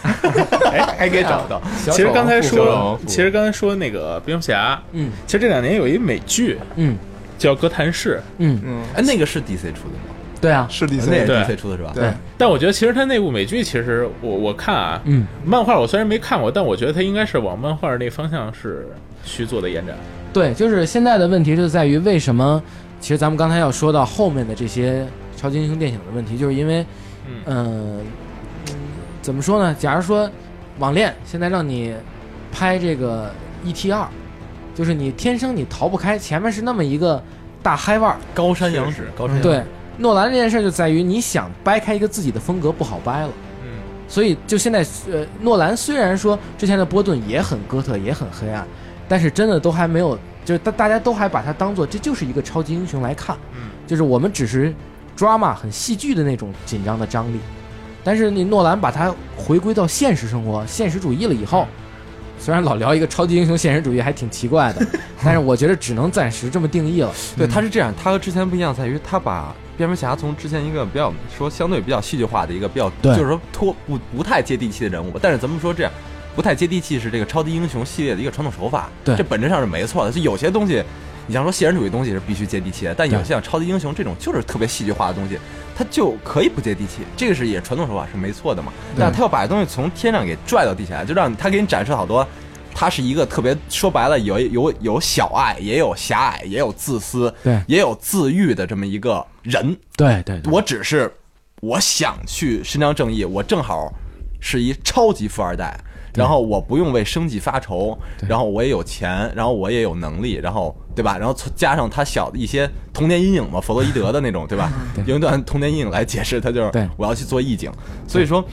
还还可以找到。
哎 其实刚才
小丑
说
王，父
其实刚才说那个蝙蝠侠，
嗯
其实这两年有一美剧
嗯
叫《哥谭市
嗯，
嗯，
哎，那个是 DC 出的吗？呃
对啊，
是
那也
DC，
是
对
DC 出的是吧？
对，
但我觉得其实他那部美剧，其实我我看啊，
嗯，
漫画我虽然没看过，但我觉得他应该是往漫画那方向是去做的延展。
对，就是现在的问题就在于为什么？其实咱们刚才要说到后面的这些超级英雄电影的问题，就是因为，
嗯
嗯、怎么说呢？假如说网恋现在让你拍这个 E T 二，就是你天生你逃不开，前面是那么一个大嗨腕儿。
高山仰
确
止
实，
高山仰止。
对，啊诺兰这件事就在于你想掰开一个自己的风格不好掰了。
嗯，
所以就现在，呃，诺兰虽然说之前的波顿也很哥特，也很黑暗，但是真的都还没有，就是大大家都还把它当做这就是一个超级英雄来看，
嗯，
就是我们只是 drama 很戏剧的那种紧张的张力，但是你诺兰把它回归到现实生活、现实主义了以后，虽然老聊一个超级英雄现实主义还挺奇怪的，但是我觉得只能暂时这么定义了。
对，他是这样，他和之前不一样在于，他把蝙蝠侠从之前一个比较说相对比较戏剧化的一个比较，
对
就是说脱不不太接地气的人物吧。但是咱们说这样，不太接地气是这个超级英雄系列的一个传统手法，
对
这本质上是没错的。就有些东西，你像说现实主义东西是必须接地气的，但有
对
些像超级英雄这种就是特别戏剧化的东西，它就可以不接地气，这个是也传统手法是没错的嘛。但他要把东西从天上给拽到地下来，就让他给你展示好多。他是一个特别说白了，有有有小爱，也有狭隘，也有自私，
对
也有自愈的这么一个人。
对对
我只是我想去伸张正义，我正好是一超级富二代，然后我不用为生计发愁，然后我也有钱，然后我也有能力，然后对吧？然后从加上他小的一些童年阴影嘛，弗洛伊德的那种， 对吧？用一段童年阴影来解释，他就是
对
我要去做义警，所以说。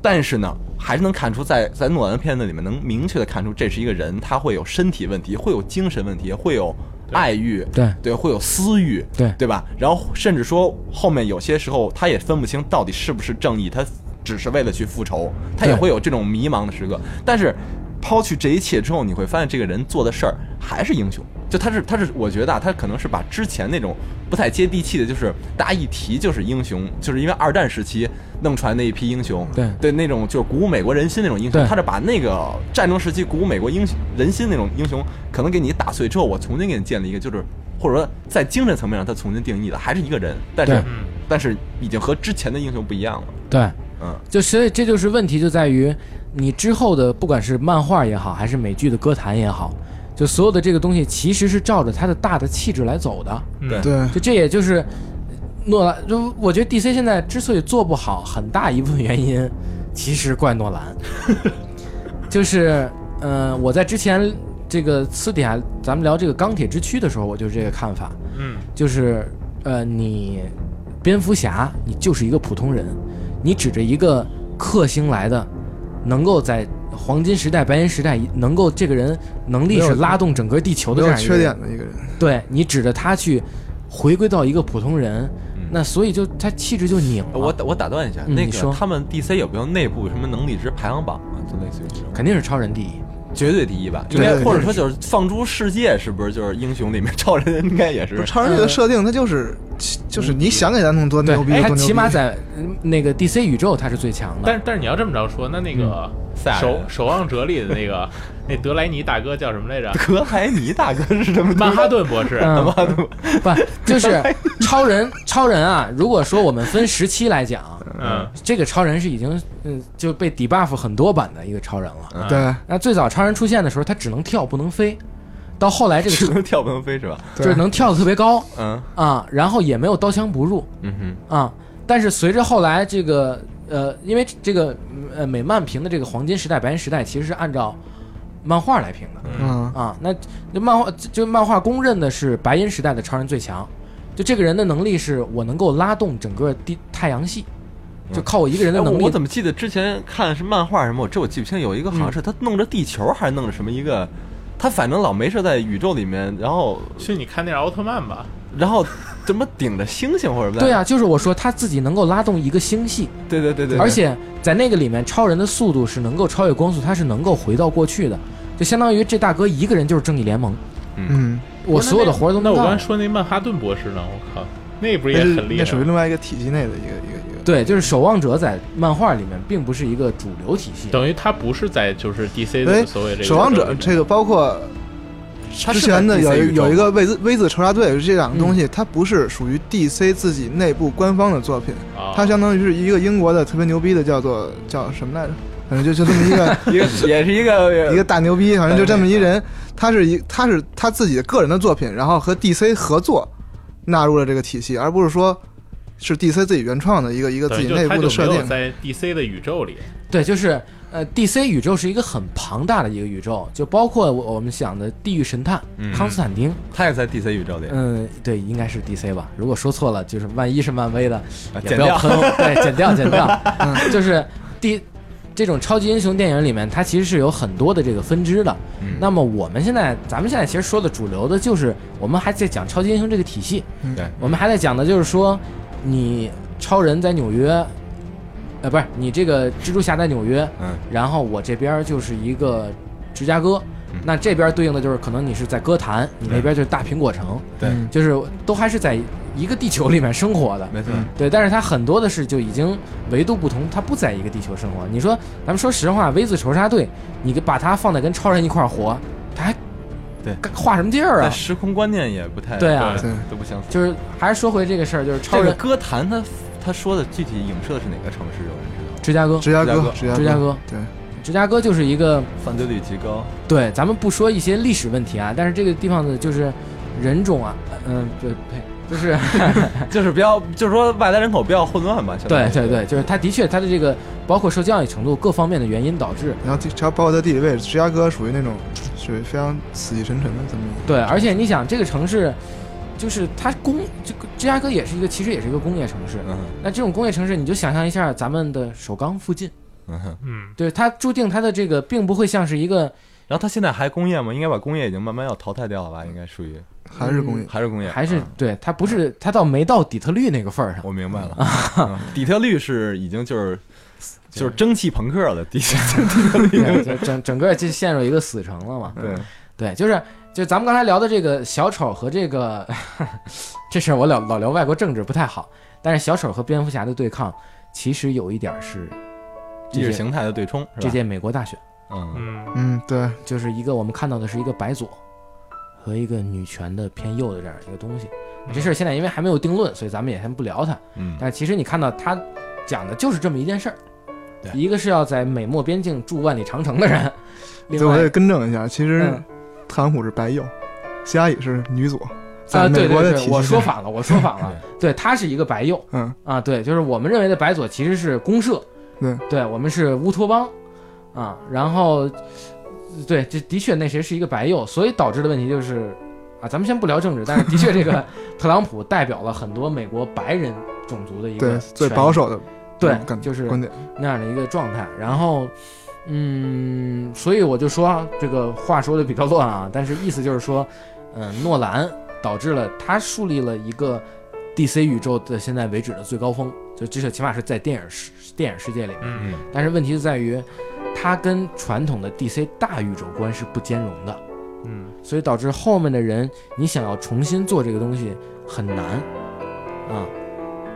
但是呢，还是能看出在在诺兰的片子里面能明确的看出，这是一个人，他会有身体问题，会有精神问题，会有爱欲，
对
对，会有私欲，
对
对吧？然后甚至说后面有些时候他也分不清到底是不是正义，他只是为了去复仇，他也
对
会有这种迷茫的时刻。但是抛去这一切之后，你会发现这个人做的事儿还是英雄。就他是他是，我觉得啊，他可能是把之前那种不太接地气的，就是大家一提就是英雄，就是因为二战时期弄出来那一批英雄，
对
对那种就是鼓舞美国人心那种英雄，
对
他是把那个战争时期鼓舞美国英雄人心那种英雄，可能给你打碎之后，我重新给你建立一个，就是或者说在精神层面上他重新定义的还是一个人，但
对
是但是已经和之前的英雄不一样了，
对。
嗯，
就所以这就是问题，就在于你之后的不管是漫画也好，还是美剧的歌坛也好，就所有的这个东西其实是照着它的大的气质来走的。
嗯
对
对，
就这也就是诺兰，就我觉得 DC 现在之所以做不好，很大一部分原因其实怪诺兰，就是嗯、呃我在之前这个私底下咱
嗯
们聊这个钢铁之躯的时候，我就是这个看法，
嗯
就是呃，你蝙蝠侠你就是一个普通人，你指着一个克星来的，能够在黄金时代、白银时代能够这个人能力
没
是
有
拉动整个地球
没
的这
有
样一个
缺
人，
点的一个人，
对你指着他去回归到一个普通人，
嗯
那所以就他气质就拧了。
我打我打断一下，
嗯
那
你
个
说
他们 DC 有没有内部什么能力值排行榜啊？就类似于这种，
肯定是超人第一，
绝对第一吧？应
对
该
对
或者说就是放诸世界，是不是就是英雄里面超人应该也
不
是
是？ 超人这个设定，他就是就是你想给他弄多
对哎
牛逼，，
他
多牛
起
逼。
码在嗯那个 DC 宇宙他是最强的。嗯
但但是你要这么着说，那那
嗯
个
赛亚
守
人
守望者里的那个那德莱尼大哥叫什么 来着？
格莱尼大哥是什么？
曼 哈顿博士。
嗯
曼哈顿，
不，就是超人，超人啊！如果说我们分时期来 讲，
嗯，
这个超人是已经嗯就被 debuff 很多版的一个超人了。
嗯
对
那最早超人出现的时候，他只能跳不能飞，到后 来这个
只能跳不能飞是吧？
就是能跳得特别高
嗯
啊，然后也没有刀枪不入
嗯哼，
啊。但是随着后来这个呃，因为这个呃美漫评的这个黄金时代、白银时代其实是按照漫画来评的，
嗯，
啊，那就漫画就漫画公认的是白银时代的超人最强，就这个人的能力是我能够拉动整个地太阳系，就靠我一个人
哎
的
我
能力。
我怎么记得之前看是漫画什么，我这我记不清，有一个好像
嗯
是他弄着地球还是弄着什么一个，他反正老没事在宇宙里面，然后
去你看那是奥特曼吧？
然后怎么顶着星星或者什么的
对啊，就是我说他自己能够拉动一个星系，
对对对对，
而且在那个里面，超人的速度是能够超越光速，他是能够回到过去的，就相当于这大哥一个人就是正义联盟，
嗯，
我
不是
所有的
那
活儿都
那
能
我刚才
干。
说那曼哈顿博士呢？我靠，那不是
那
也
是
很厉
哎那属于
害？
另外一个体系内的一个一个一个。
对，就是守望者在漫画里面并不是一个主流体系，
等于他不是在就是 DC
哎
的所谓这个
守望者
宇宙
这个包括
他
之
是在
前的
DC
有
宇
一
宙
有一个 V 字 V 字仇杀队这两个东西，它不是属于 DC 自己内部官方的作品，
啊，
它相当于是一个英国的特别牛逼的叫做叫什么来着？反正就就这么一个
一个也是一个
一个大牛逼，反正就这么一人，他是一他是他自己的个人的作品，然后和 DC 合作纳入了这个体系，而不是说是 DC 自己原创的一个一个自
等于
己
就
内
他
部的
就
设
没有
定。
在 DC 的宇宙里，
对，就是呃，DC 宇宙是一个很庞大的一个宇宙，就包括我我们想的地狱神探、
嗯
康斯坦丁，
他也在 DC 宇宙里，
嗯，对，应该是 DC 吧？如果说错了，就是万一是漫威的，
啊
也
剪
不要
掉
喷我，对，剪掉，剪掉，嗯，就是第这种超级英雄电影里面，它其实是有很多的这个分支的。
嗯
那么我们现在，咱们现在其实说的主流的就是，我们还在讲超级英雄这个体系，
嗯
对
我们还在讲的就是说，你超人在纽约，呃，不是你这个蜘蛛侠在纽约，
嗯，
然后我这边儿就是一个芝加哥，
嗯
那这边儿对应的就是可能你是在哥谭，你那边就是大苹果城，
对，
嗯
就是都还是在一个地球里面生活的。
没错，
嗯
对，但是它很多的是就已经维度不同，它不在一个地球生活。你说，咱们说实话，V 字仇杀队，你给把它放在跟超人一块儿活，它还
对
干画什么劲儿
但
啊？
时空观念也不太
对啊
对
都不相符。
就是还是说回这个事儿，就是超
这个
人
歌坛他他说的具体影射的是哪个城市？有人知道？
芝加哥，
芝加哥，
芝
加
芝加哥，
对，
芝加哥就是一个
犯罪率极 高，
对，咱们不说一些历史问题啊，但是这个地方的就是人种啊，嗯，对，呸，就是。
就是不要，就是说外来人口不要混乱吧。相当
对
于
对对，就是他的确他的这个包括受教育程度各方面的原因导致。
然后只要包括它地理位置，芝加哥属于那种属于非常死气沉沉的这么一个。
对，而且你想这个城市，就是它工这个芝加哥也是一个其实也是一个工业城市。
嗯
那这种工业城市，你就想象一下咱们的首钢附近，
嗯哼。
嗯，
对它注定它的这个并不会像是一个
然后他现在还工业吗？应该把工业已经慢慢要淘汰掉了吧？应该属于
还是工业，
还是工业，
还是
嗯
对它不是它倒没到底特律那个份儿上。
我明白了。嗯底特律是已经就是就是蒸汽朋克了，底特
对就整整个就陷入一个死城了嘛。
律对。
对，就是就咱们刚才聊的这个小丑和这个 这事儿，我老老聊外国政治不太好，但是小丑和蝙蝠侠的对抗其实有一点儿是这
意识
些
形态的对冲是吧？
这届美国大选，
嗯，
嗯，
嗯，对，
就是一个我们看到的是一个白左和一个女权的偏右的这样一个东西。
嗯
这事儿现在因为还没有定论，所以咱们也先不聊它。
嗯
但其实你看到他讲的就是这么一件事儿，
对
一个是要在美墨边境筑万里长城的人，
对，
另
我
外
得更正一下，其实
嗯
特朗普是白右，希拉里是女左，
啊，对
在美
对
国的
对，
体
我
系
说
下，
反了，我说反 了，对，他是一个白右。
嗯，
啊，对，就是我们认为的白左其实是公社，
对，
我们是乌托邦，啊，然后，对，这的确那谁是一个白右，所以导致的问题 就是，啊，咱们先不聊政治，但是的确这个特朗普代表了很多美国白人种族的一
对
个
最
权益
保守的
对
感，
就是
观点，
那样的一个状态。然后，嗯，所以我就说这个话说的比较乱啊，但是意思就是说，嗯，诺兰导致了他树立了一个 DC 宇宙的现在为止的最高峰，就至少起码是在电影世电影世界里面。
嗯
嗯
但是问题就在于，它跟传统的 DC 大宇宙观是不兼容的。
嗯
所以导致后面的人你想要重新做这个东西很难啊。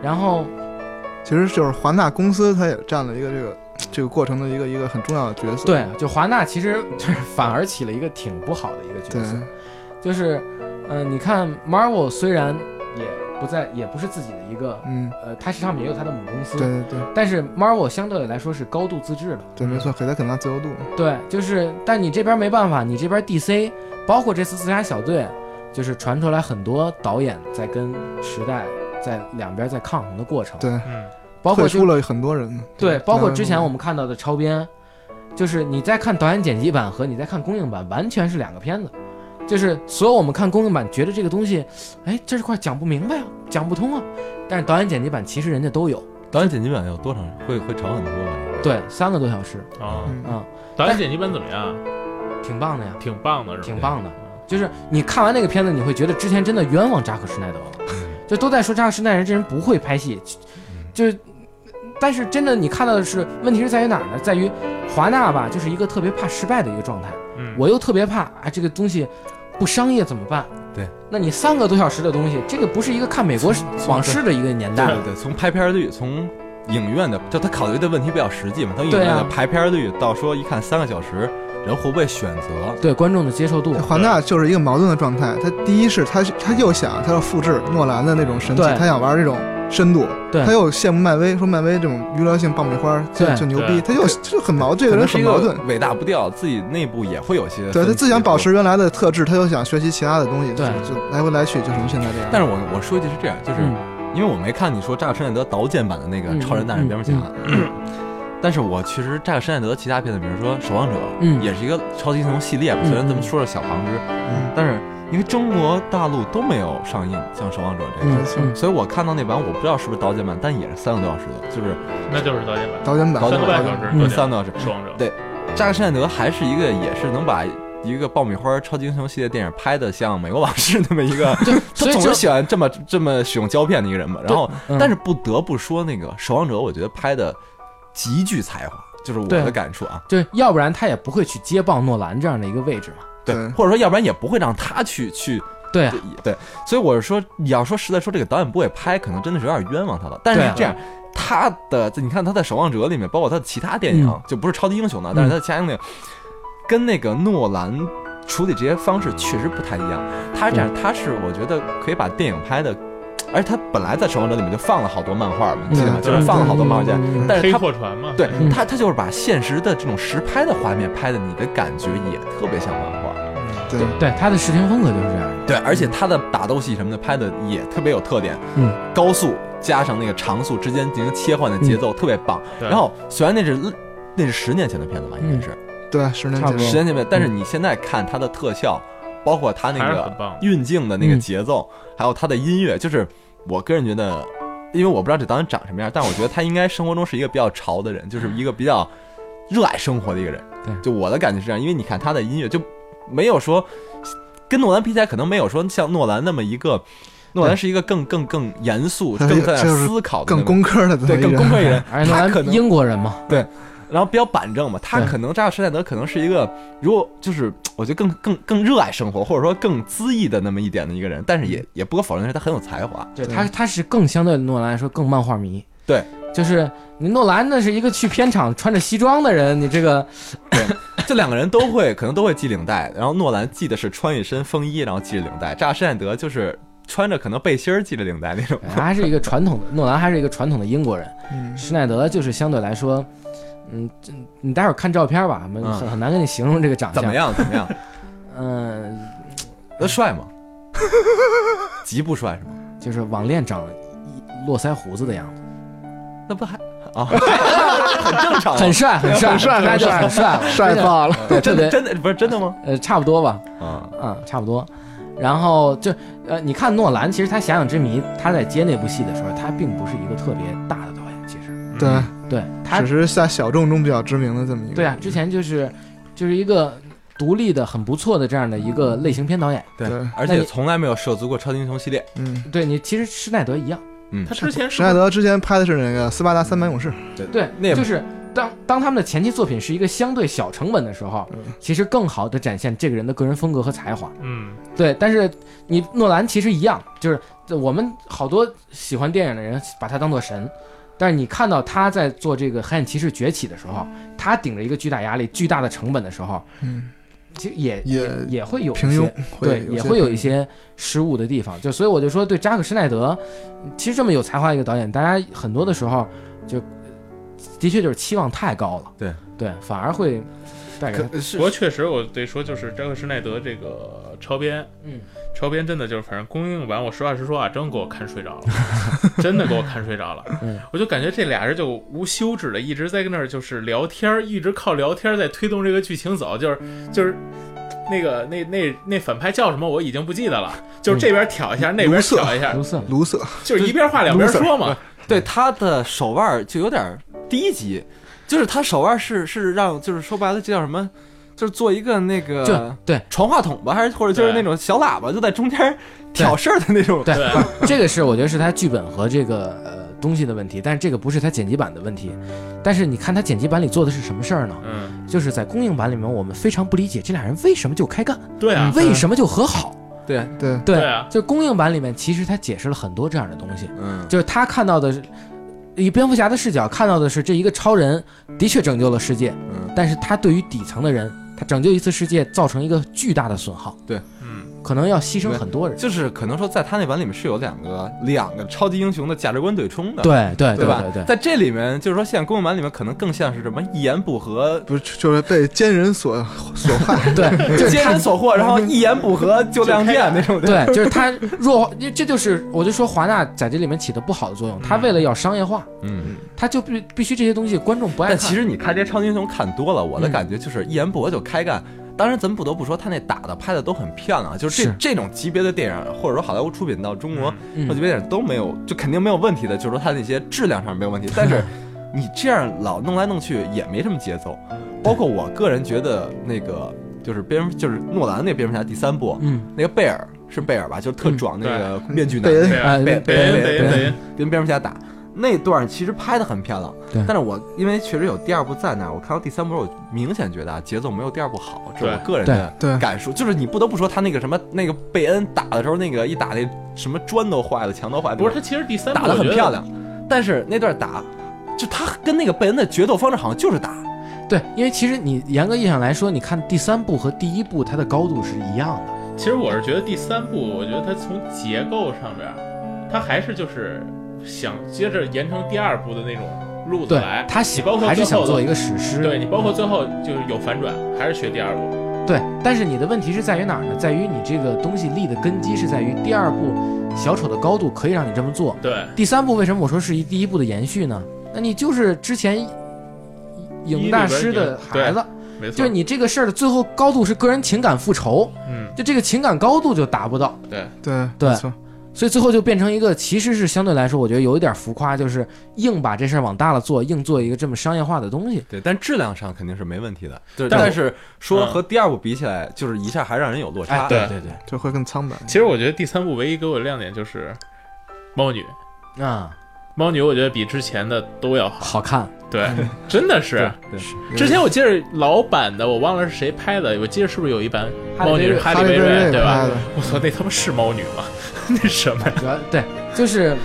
然后
其实就是华纳公司，它也占了一个这个这个过程的一个一个很重要的角色。
对，就华纳其实就是 反而起了一个挺不好的一个角
对
色，就是嗯、呃你看 Marvel 虽然也不在，也不是自己的一个。
嗯，
呃，它是上面也有它的母公司，
对对对
但是 Marvel 相对来说是高度自治的，
对，没错，给他很大自由度。
对，就是，但你这边没办法，你这边 DC，包括这次自杀小队，就是传出来很多导演在跟时代在两边在抗衡的过程，
对，
嗯
包括
退
就
出了很多人。
对，包括
对
之前我们看到的超编，就是你在看导演剪辑版和你在看公映版完全是两个片子，就是所有我们看公映版觉得这个东西，哎，这块讲不明白啊，讲不通啊，但是导演剪辑版其实人家都有，
导演剪辑版有多长？会会长很多啊吧？
对，三个多小时，
啊，
嗯，
嗯，
导演剪辑版怎么样？
挺棒的呀，
挺棒的，是吧？
挺棒的。就是你看完那个片子，你会觉得之前真的冤枉扎克施耐德了，就都在说扎克施耐德这人不会拍戏，就是，但是真的你看到的是问题是在于哪儿呢？在于华纳吧，就是一个特别怕失败的一个状态。
嗯，
我又特别怕啊，这个东西不商业怎么办？
对，
那你三个多小时的东西，这个不是一个看美国往事的一个年
对
代
对，对，从拍片率，从影院的，就他考虑的问题比较实际嘛，从影院
对啊
的排片率到说一看三个小时，人会不会选择？
对观众的接受度
这，华纳就是一个矛盾的状态。他第一是他他又想他要复制诺兰的那种神奇
对，
他想玩这种深度，
对
他又羡慕漫威，说漫威这种娱乐性爆米花就
对
就牛
对
逼，他又就很矛，这
这
个人很矛盾。
伟大不掉，自己内部也会有些。
对他自己想保。持原来的特质，他又想学习其他的东西，就
对
就来回来去，就成现在这样。
但是我我说一句是这样，就是
嗯
因为我没看你说扎克施耐德导剪版的那个《
嗯
超人大战蝙蝠侠》 但是我其实扎克施耐德其他片子，比如说《守望者》，
嗯
也是一个超级英雄系列吧，
嗯
虽然咱们说是小旁支，
嗯，
但是因为中国大陆都没有上映，像《守望者》这个，
嗯 嗯，
所以我看到那版我不知道是不是导剪版，但也是三个多小时的，就是
那就是导演版，
导演版
三
导演
个半
版
小时，
嗯
导演版
三个多小时。
守望者，
对扎克施耐德还是一个也是能把一个爆米花超级英雄系列电影拍的像《美国往事》那么一个，
对，
他
所以
总
这
是喜欢这么这么使用胶片的一个人嘛。然后，
嗯
但是不得不说那个《守望者》，我觉得拍的极具才华，就是我
对
的感触啊。
就是要不然他也不会去接棒诺兰这样的一个位置嘛。
对
对，
或者说要不然也不会让他去 去
对啊，
对，所以我是说，你要说实在说这个导演不会拍，可能真的是有点冤枉他了。但
对啊
是这样，他的你看他在《守望者》里面，包括他的其他电影，
嗯
就不是超级英雄的，但是他的其他电影、跟那个诺兰处理这些方式确实不太一样。他是这样，
嗯
他是我觉得可以把电影拍的，而且他本来在《守望者》里面就放了好多漫画嘛，你记得吗？
对
就是放了好多漫画家，
嗯
但是
黑
他。
货船嘛，
对
嗯
他，他就是把现实的这种实拍的画面拍的，你的感觉也特别像漫画。
嗯对
对，他的视听风格就是这样的。
对，而且他的打斗戏什么的拍的也特别有特点，
嗯，
高速加上那个长速之间进行切换的节奏
嗯
特别棒。
对
然后虽然那是那是十年前的片子吧，应该
嗯
是、
对，十年
差不
前
多
十年前的，但
嗯
是你现在看它的特效，包括它那
还是
个
很棒的。
运镜的那个
嗯
节奏，还有它的音乐，就是我个人觉得，因为我不知道这导演长什么样，但我觉得他应该生活中是一个比较潮的人，就是一个比较热爱生活的一个人。
对
就我的感觉是这样，因为你看他的音乐就没有说跟诺兰比起来，可能没有说像诺兰那么一个，诺兰是一个更更更严肃、
他
更在那
就是
思考的那种
更工科的这么
对
一
更
人
工科一人，
而且诺
他可
兰
能。
英国人嘛，
然后比较板正嘛，他
对
可能扎克施耐德可能是一个，如果就是我觉得更更更热爱生活，或者说更恣意的那么一点的一个人，但是也也不可否认的是他很有才华，
对
对
他他是更相对诺兰来说更漫画迷。
对，
就是你诺兰那是一个去片场穿着西装的人，你这个
这两个人都会可能都会系领带，然后诺兰系的是穿一身风衣，然后系着领带，扎克施耐德就是穿着可能背心儿系着领带那种，
他还是一个传统的诺兰，还是一个传统的英国人。
嗯，
施耐德就是相对来说，嗯，这你待会儿看照片吧，我们
嗯
很很难跟你形容这个长相。
怎么？样怎么样？
嗯，
他帅 吗？极不帅是吗？
就是网恋长一络腮胡子的样子，
那不还啊，很正常啊，
很帅，很帅，
很帅
那就
很
很帅了，
帅
真的
爆了！
对，特
真
别
的真的不是真的吗？
呃，差不多吧，
啊，
嗯，差不多。然后就呃，你看诺兰，其实他《遐想之谜》，他在接那部戏的时候，他并不是一个特别大的导演，其实
对，
对他
只是在小众中比较知名的这么一个。
对啊，之前就是就是一个独立的很不错的这样的一个类型片导演。
对
对
而
那
且
你
从来没有涉足过超级英雄系列。嗯
嗯，
对你其实施耐德一样，
他之前
施
是
耐德之前拍的是那个《斯巴达三百勇士》，
对，
那也不
就是当当他们的前期作品是一个相对小成本的时候，
嗯
其实更好的展现这个人的个人风格和才华。
嗯，
对，但是你诺兰其实一样，就是我们好多喜欢电影的人把他当做神，但是你看到他在做这个《黑暗骑士崛起》的时候，他顶着一个巨大压力、巨大的成本的时候，
嗯，
其实也
也
也会有一
平
些
庸，
对，也会有一些失误的地方。就所以我就说，对扎克施耐德，其实这么有才华的一个导演，大家很多的时候就的确就是期望太高了，
对
对，反而会带给他
呃
不过确实我得说，就是扎克施耐德这个超编，
嗯，
超编真的就是，反正公映完，我实话实说啊，真给我看睡 着了，真的给我看睡着了。
嗯
我就感觉这俩人就无休止的一直在跟那儿就是聊天儿，一直靠聊天儿在推动这个剧情走，就是就是。那个那那那反派叫什么？我已经不记得了。就是这边挑一下，那边挑一下
卢，瑟。
卢瑟，
就是一边话两边说 嘛。
对他的手腕就有点第一集，就是他手腕是是让就是说白了就叫什么，就是做一个那
就
个
对
传话筒吧，还是或者就是那种小喇叭，就在中间挑事儿的那种。
对
对，
这个是我觉得是他剧本和这个呃东西的问题，但是这个不是他剪辑版的问题。但是你看他剪辑版里做的是什么事儿呢？
嗯，
就是在公映版里面，我们非常不理解这俩人为什么就开干，
对啊，
为什么就和好。
对，
对，
对
对啊
就公映版里面，其实他解释了很多这样的东西。
嗯，
就是他看到的是，以蝙蝠侠的视角看到的是这一个超人的确拯救了世界，
嗯
但是他对于底层的人，他拯救一次世界造成一个巨大的损耗，
嗯，
可能要牺牲很多人。
就是可能说在他那版里面是有两个两个超级英雄的价值观对冲的。。
对对
对吧？
对对，
在这里面，就是说，现在公映版里面可能更像是什么一言不合
不是就是被奸人所所 害，
对，就是
奸
他
人所 惑，然后一言不合就亮剑那种。
对，就是他弱，因为这就是我就说华纳在这里面起的不好的作用。他为了要商业化，
嗯。
他就必必须这些东西观众不爱
但
看。
其实你看这些超级英雄看多了，我的
嗯
感觉就是一言不合就开干。当然，咱们不得不说，他那打的、拍的都很漂亮啊。就是这
是
这种级别的电影，或者说好莱坞出品到中国，
嗯
这级别电影都没有，就肯定没有问题的。就是说它那些质量上没有问题，但是你这样老弄来弄去也没什么节奏。包括我个人觉得那个就是蝙蝠，就是诺兰那蝙蝠侠第三部，
嗯，
那个贝尔是贝尔吧，就是特
嗯
壮那
对
个面具男
贝
那
恩
个
对啊，
北
呃
北
北
恩北
北北
恩
北
北恩，
跟蝙蝠侠打那段，其实拍的很漂亮。
对
但是我因为确实有第二部在那儿，我看到第三部，我明显觉得啊，节奏没有第二部好，这是我
对
个人的
对对
感受。就是你不得不说他那个什么那个贝恩打的时候，那个一打那什么砖都坏了，墙都坏了，
不是他其实第三部
打的
我
很
觉得
漂亮，但是那段打就他跟那个贝恩的决斗方式好像就是打，
对，因为其实你严格意义上来说，你看第三部和第一部它的高度是一样的。
其实我是觉得第三部，我觉得它从结构上边儿，它还是就是想接着延承第二部的那种路子
对
来，。
他喜
你包括
还是
最
想
后
做
的
一个史诗。
对你包括最后就是有反转，还是学第二部。
对，但是你的问题是在于哪儿呢？在于你这个东西立的根基是在于第二部小丑的高度可以让你这么做，
对，
第三部为什么我说是一第一部的延续呢？那你就是之前影大师的孩子，
没错。
就是你这个事儿的最后高度是个人情感复仇，
嗯，
就这个情感高度就达不到，
对，
对
对
没错
所以最后就变成一个其实是相对来说我觉得有一点浮夸，就是硬把这事儿往大了做，硬做一个这么商业化的东西。
对，但质量上肯定是没问题的。对，
但我
但是说
嗯
和第二部比起来，就是一下还让人有落差。
哎，对对
就会更苍白。
其实我觉得第三部唯一给我的亮点就是猫女，
对，啊，
猫女我觉得比之前的都要好。
好看，
对， 真的是。
啊
对
之前我记得老版的，我忘了是谁拍的，我记得是不是有一版
哈利
猫女
贝
是
瑞
哈利
利
贝瑞，
瑞
对
拍
吧？
的，
我操，那他妈是猫女吗？ 那是什么呀？
主要对就是。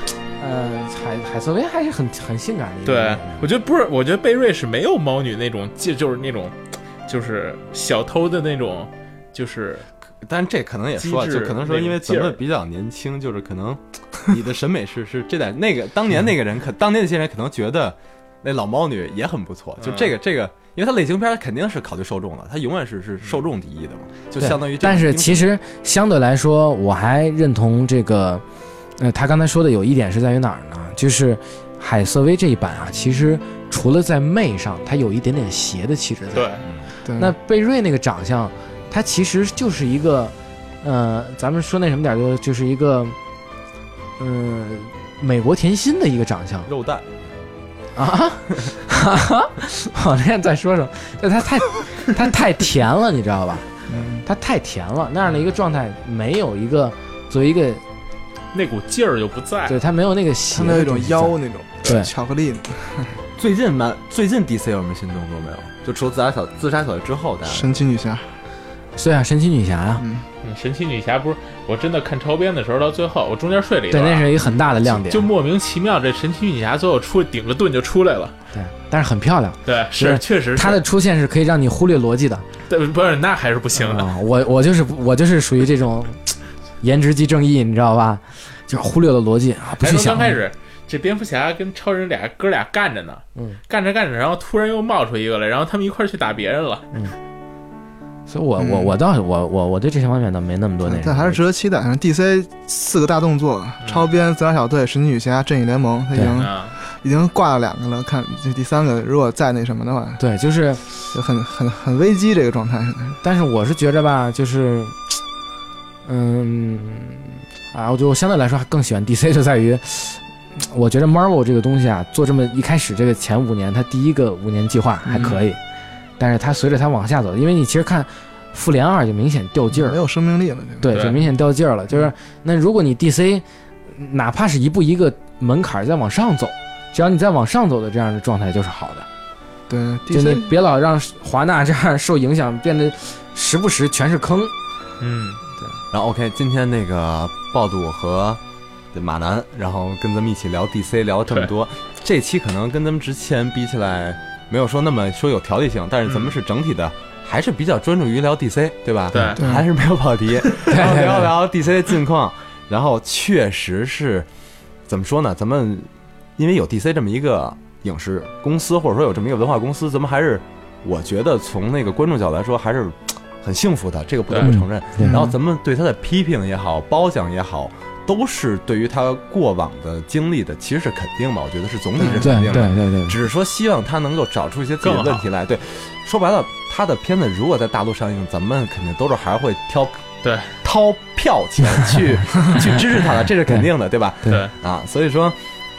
呃，海海瑟薇还是很很性感的一个
对
人，
我觉得不是，我觉得贝瑞是没有猫女那种，就就是那种，就是小偷的那种，就是
但这可能也说啊，
机制
就可能说，因为咱们比较年轻，就是可能你的审美是是这代那个当年那个人， 可当年那些人可能觉得那老猫女也很不错。就
嗯
这个这个，因为它类型片肯定是考虑受众的，它永远是是受众第一的嘛，就
对
相当于这种
但是
冰
其实相对来说，我还认同这个，呃，他刚才说的有一点是在于哪儿呢？就是海瑟薇这一版啊，其实除了在媚上，它有一点点邪的气质在。
对，
对
那贝瑞那个长相，他其实就是一个呃，咱们说那什么点儿，就就是一个，嗯、美国甜心的一个长相
肉蛋，
啊， 我那天再说说，就他太他太甜了，你知道吧？
嗯，
他太甜了，那样的一个状态没有一个作为一个，
那股劲儿就不在。
对他没有那个邪
他
的
们有
东
一种
西在
妖那种，
对
巧克力
最近蛮最近 DC 有什么新动作没有？就除了自杀小自杀小队之后，大家
神奇女侠，
对啊，神奇女侠呀、
嗯，
嗯神奇女侠不是我真的看超编的时候，到最后我中间睡了一
对，
段啊，
那是一个很大的亮点，
就莫名其妙这神奇女侠最后出顶着盾就出来了。
对，但是很漂亮，
对，
是
确实是
她的出现是可以让你忽略逻辑的。
对不是那还是不行的。
啊、我我就是不我就是属于这种颜值即正义，你知道吧？就是忽略了逻辑啊，不
还
去
哎从
想。
刚开始，这蝙蝠侠跟超人俩哥俩干着呢，
嗯，
干着干着，然后突然又冒出一个来，然后他们一块儿去打别人了。
所以我我我倒是我我我对这些方面倒没那么多那什么。
嗯但还是值得期待。反正 DC 四个大动作，超编、自杀小队、神奇女侠、正义联盟，他已
对
经
啊，
已经挂了两个了，看这第三个如果再那什么的话，
对，就是，
就很很很危机这个状态现在。
但是我是觉着吧，就是，嗯，啊，我觉得我相对来说还更喜欢 DC，就在于，我觉得 Marvel 这个东西啊，做这么一开始这个前五年，它第一个五年计划还可
嗯
以，但是它随着它往下走，因为你其实看复联二就明显掉劲儿
没，有嗯生命力了，这个。
对，
对
就明显掉劲儿了。就是那如果你 DC，哪怕是一步一个门槛儿再往上走，只要你再往上走的这样的状态就是好的。
对
就你
DC
别老让华纳这样受影响，变得时不时全是坑。
嗯，
然后 OK，今天那个暴肚和对马南，然后跟咱们一起聊 DC，聊了这么多，这期可能跟咱们之前比起来没有说那么说有条理性，但是咱们是整体的、还是比较专注于聊 DC，对吧？
嗯
对
对
还是没有跑题，
对
然后聊 聊
对
DC 的近况，然后确实是怎么说呢？咱们因为有 DC 这么一个影视公司，或者说有这么一个文化公司，咱们还是我觉得从那个观众角度来说，还是很幸福的，这个不得不承认。
对
然后咱们对他的批评也好，褒奖也好，都是对于他过往的经历的，其实是肯定吧？我觉得是总体是
对
肯定
对
的。
对对
只是说希望他能够找出一些自己的
更
问
好
题来。对，说白了，他的片子如果在大陆上映，咱们肯定都是还会挑
对
掏票钱 去去支持他的，这是肯定的，对吧？
对
对，
啊，所以说，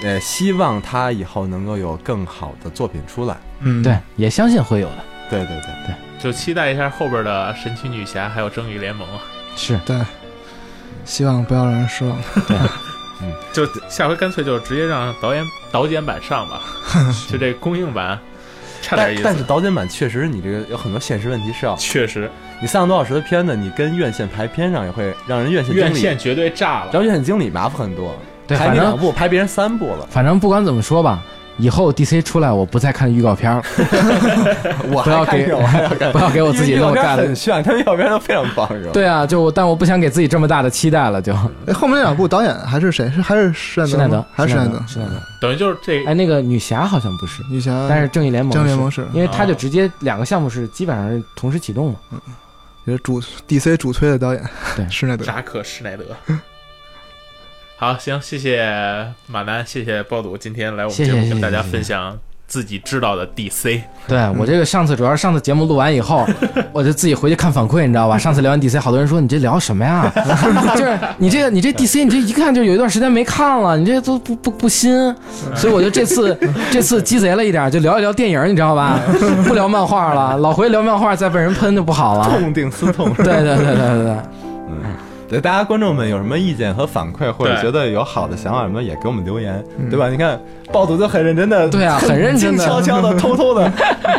呃，希望他以后能够有更好的作品出来。
嗯
对，也相信会有的。
对对对，
就期待一下后边的神奇女侠还有正义联盟啊。
是
对，希望不要让人失望。
就下回干脆就直接让导演导剪版上 吧，就这公映版差点
但
意
但是
思。
导剪版确实，你这个有很多现实问题是要
确实，
你三个多小时的片子，你跟院线排片上也会让人院线
院
经理，
线绝对炸
然后
了。
院线经理麻烦很多，
对，
排
反
你两
正
部，排别人三部 了，
反正不管怎么说吧，以后 DC 出来我不再看预告片儿，
我
不要
还看
给
这个我还要看
不要给我自 己
因为
那
右
么
边
大的
很。炫，他们右边都非常 棒，是吧？
对啊，就但我不想给自己这么大的期待了，就
哎，后面那两部导演还是谁？是还是施耐
施
德
耐
吗？
德
还是施耐德？
施耐德。
等于就是这
哎，那个女侠好像不是，
女侠，
但是正义联盟
正义
是
联盟是
因为它就
哦
直接两个项目是基本上是同时启动嘛。
也是主 DC 主推的导演，
对
施耐德。
扎克施耐德。好，行，谢谢马南，谢谢暴赌，今天来我们
谢
节
谢
目
谢
跟
谢
大家
谢谢
分享自己知道的 DC。
对我这个上次主要是上次节目录完以 后，我就自己回去看反馈，你知道吧？上次聊完 DC，好多人说你这聊什么呀？ 就是你这个你这 DC，你这一看就有一段时间没看了，你这都不不不新，所以我就这次这次鸡贼了一点，就聊一聊电影，你知道吧？ 不聊漫画了，老回聊漫画再被人喷就不好了。
痛定思 痛。
对对对对对对。
嗯，对，大家观众们有什么意见和反馈，或者
对
觉得有好的想法什么，也给我们留言，对吧？你看暴徒就很认真的，
嗯对啊很认真地
静悄悄的、偷偷 的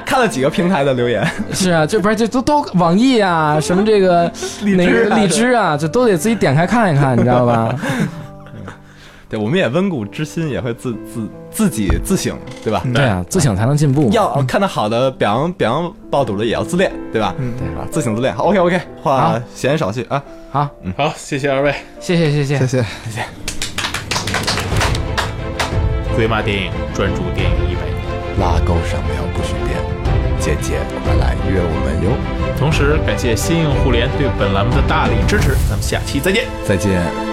看了几个平台的留言，
是啊，这不是这都都网易啊，什么这个
荔枝
哪个
啊
荔枝啊，这都得自己点开看一看，你知道吧？
对，我们也温故知新，也会自自自己自省， 对吧？
对啊，自省才能进步嘛。
要看到好的，表扬表扬暴徒的，也要自恋，对吧？
嗯，
啊，自省自恋。OK OK，话
好
闲言少叙啊。
好，
好，谢谢二位，
谢谢谢谢
谢。谢。
鬼马电影专注电影一百年。
拉钩上标不许变，姐姐快来约我们哟！
同时感谢新映互联对本栏目的大力支持，咱们下期再见。
再见。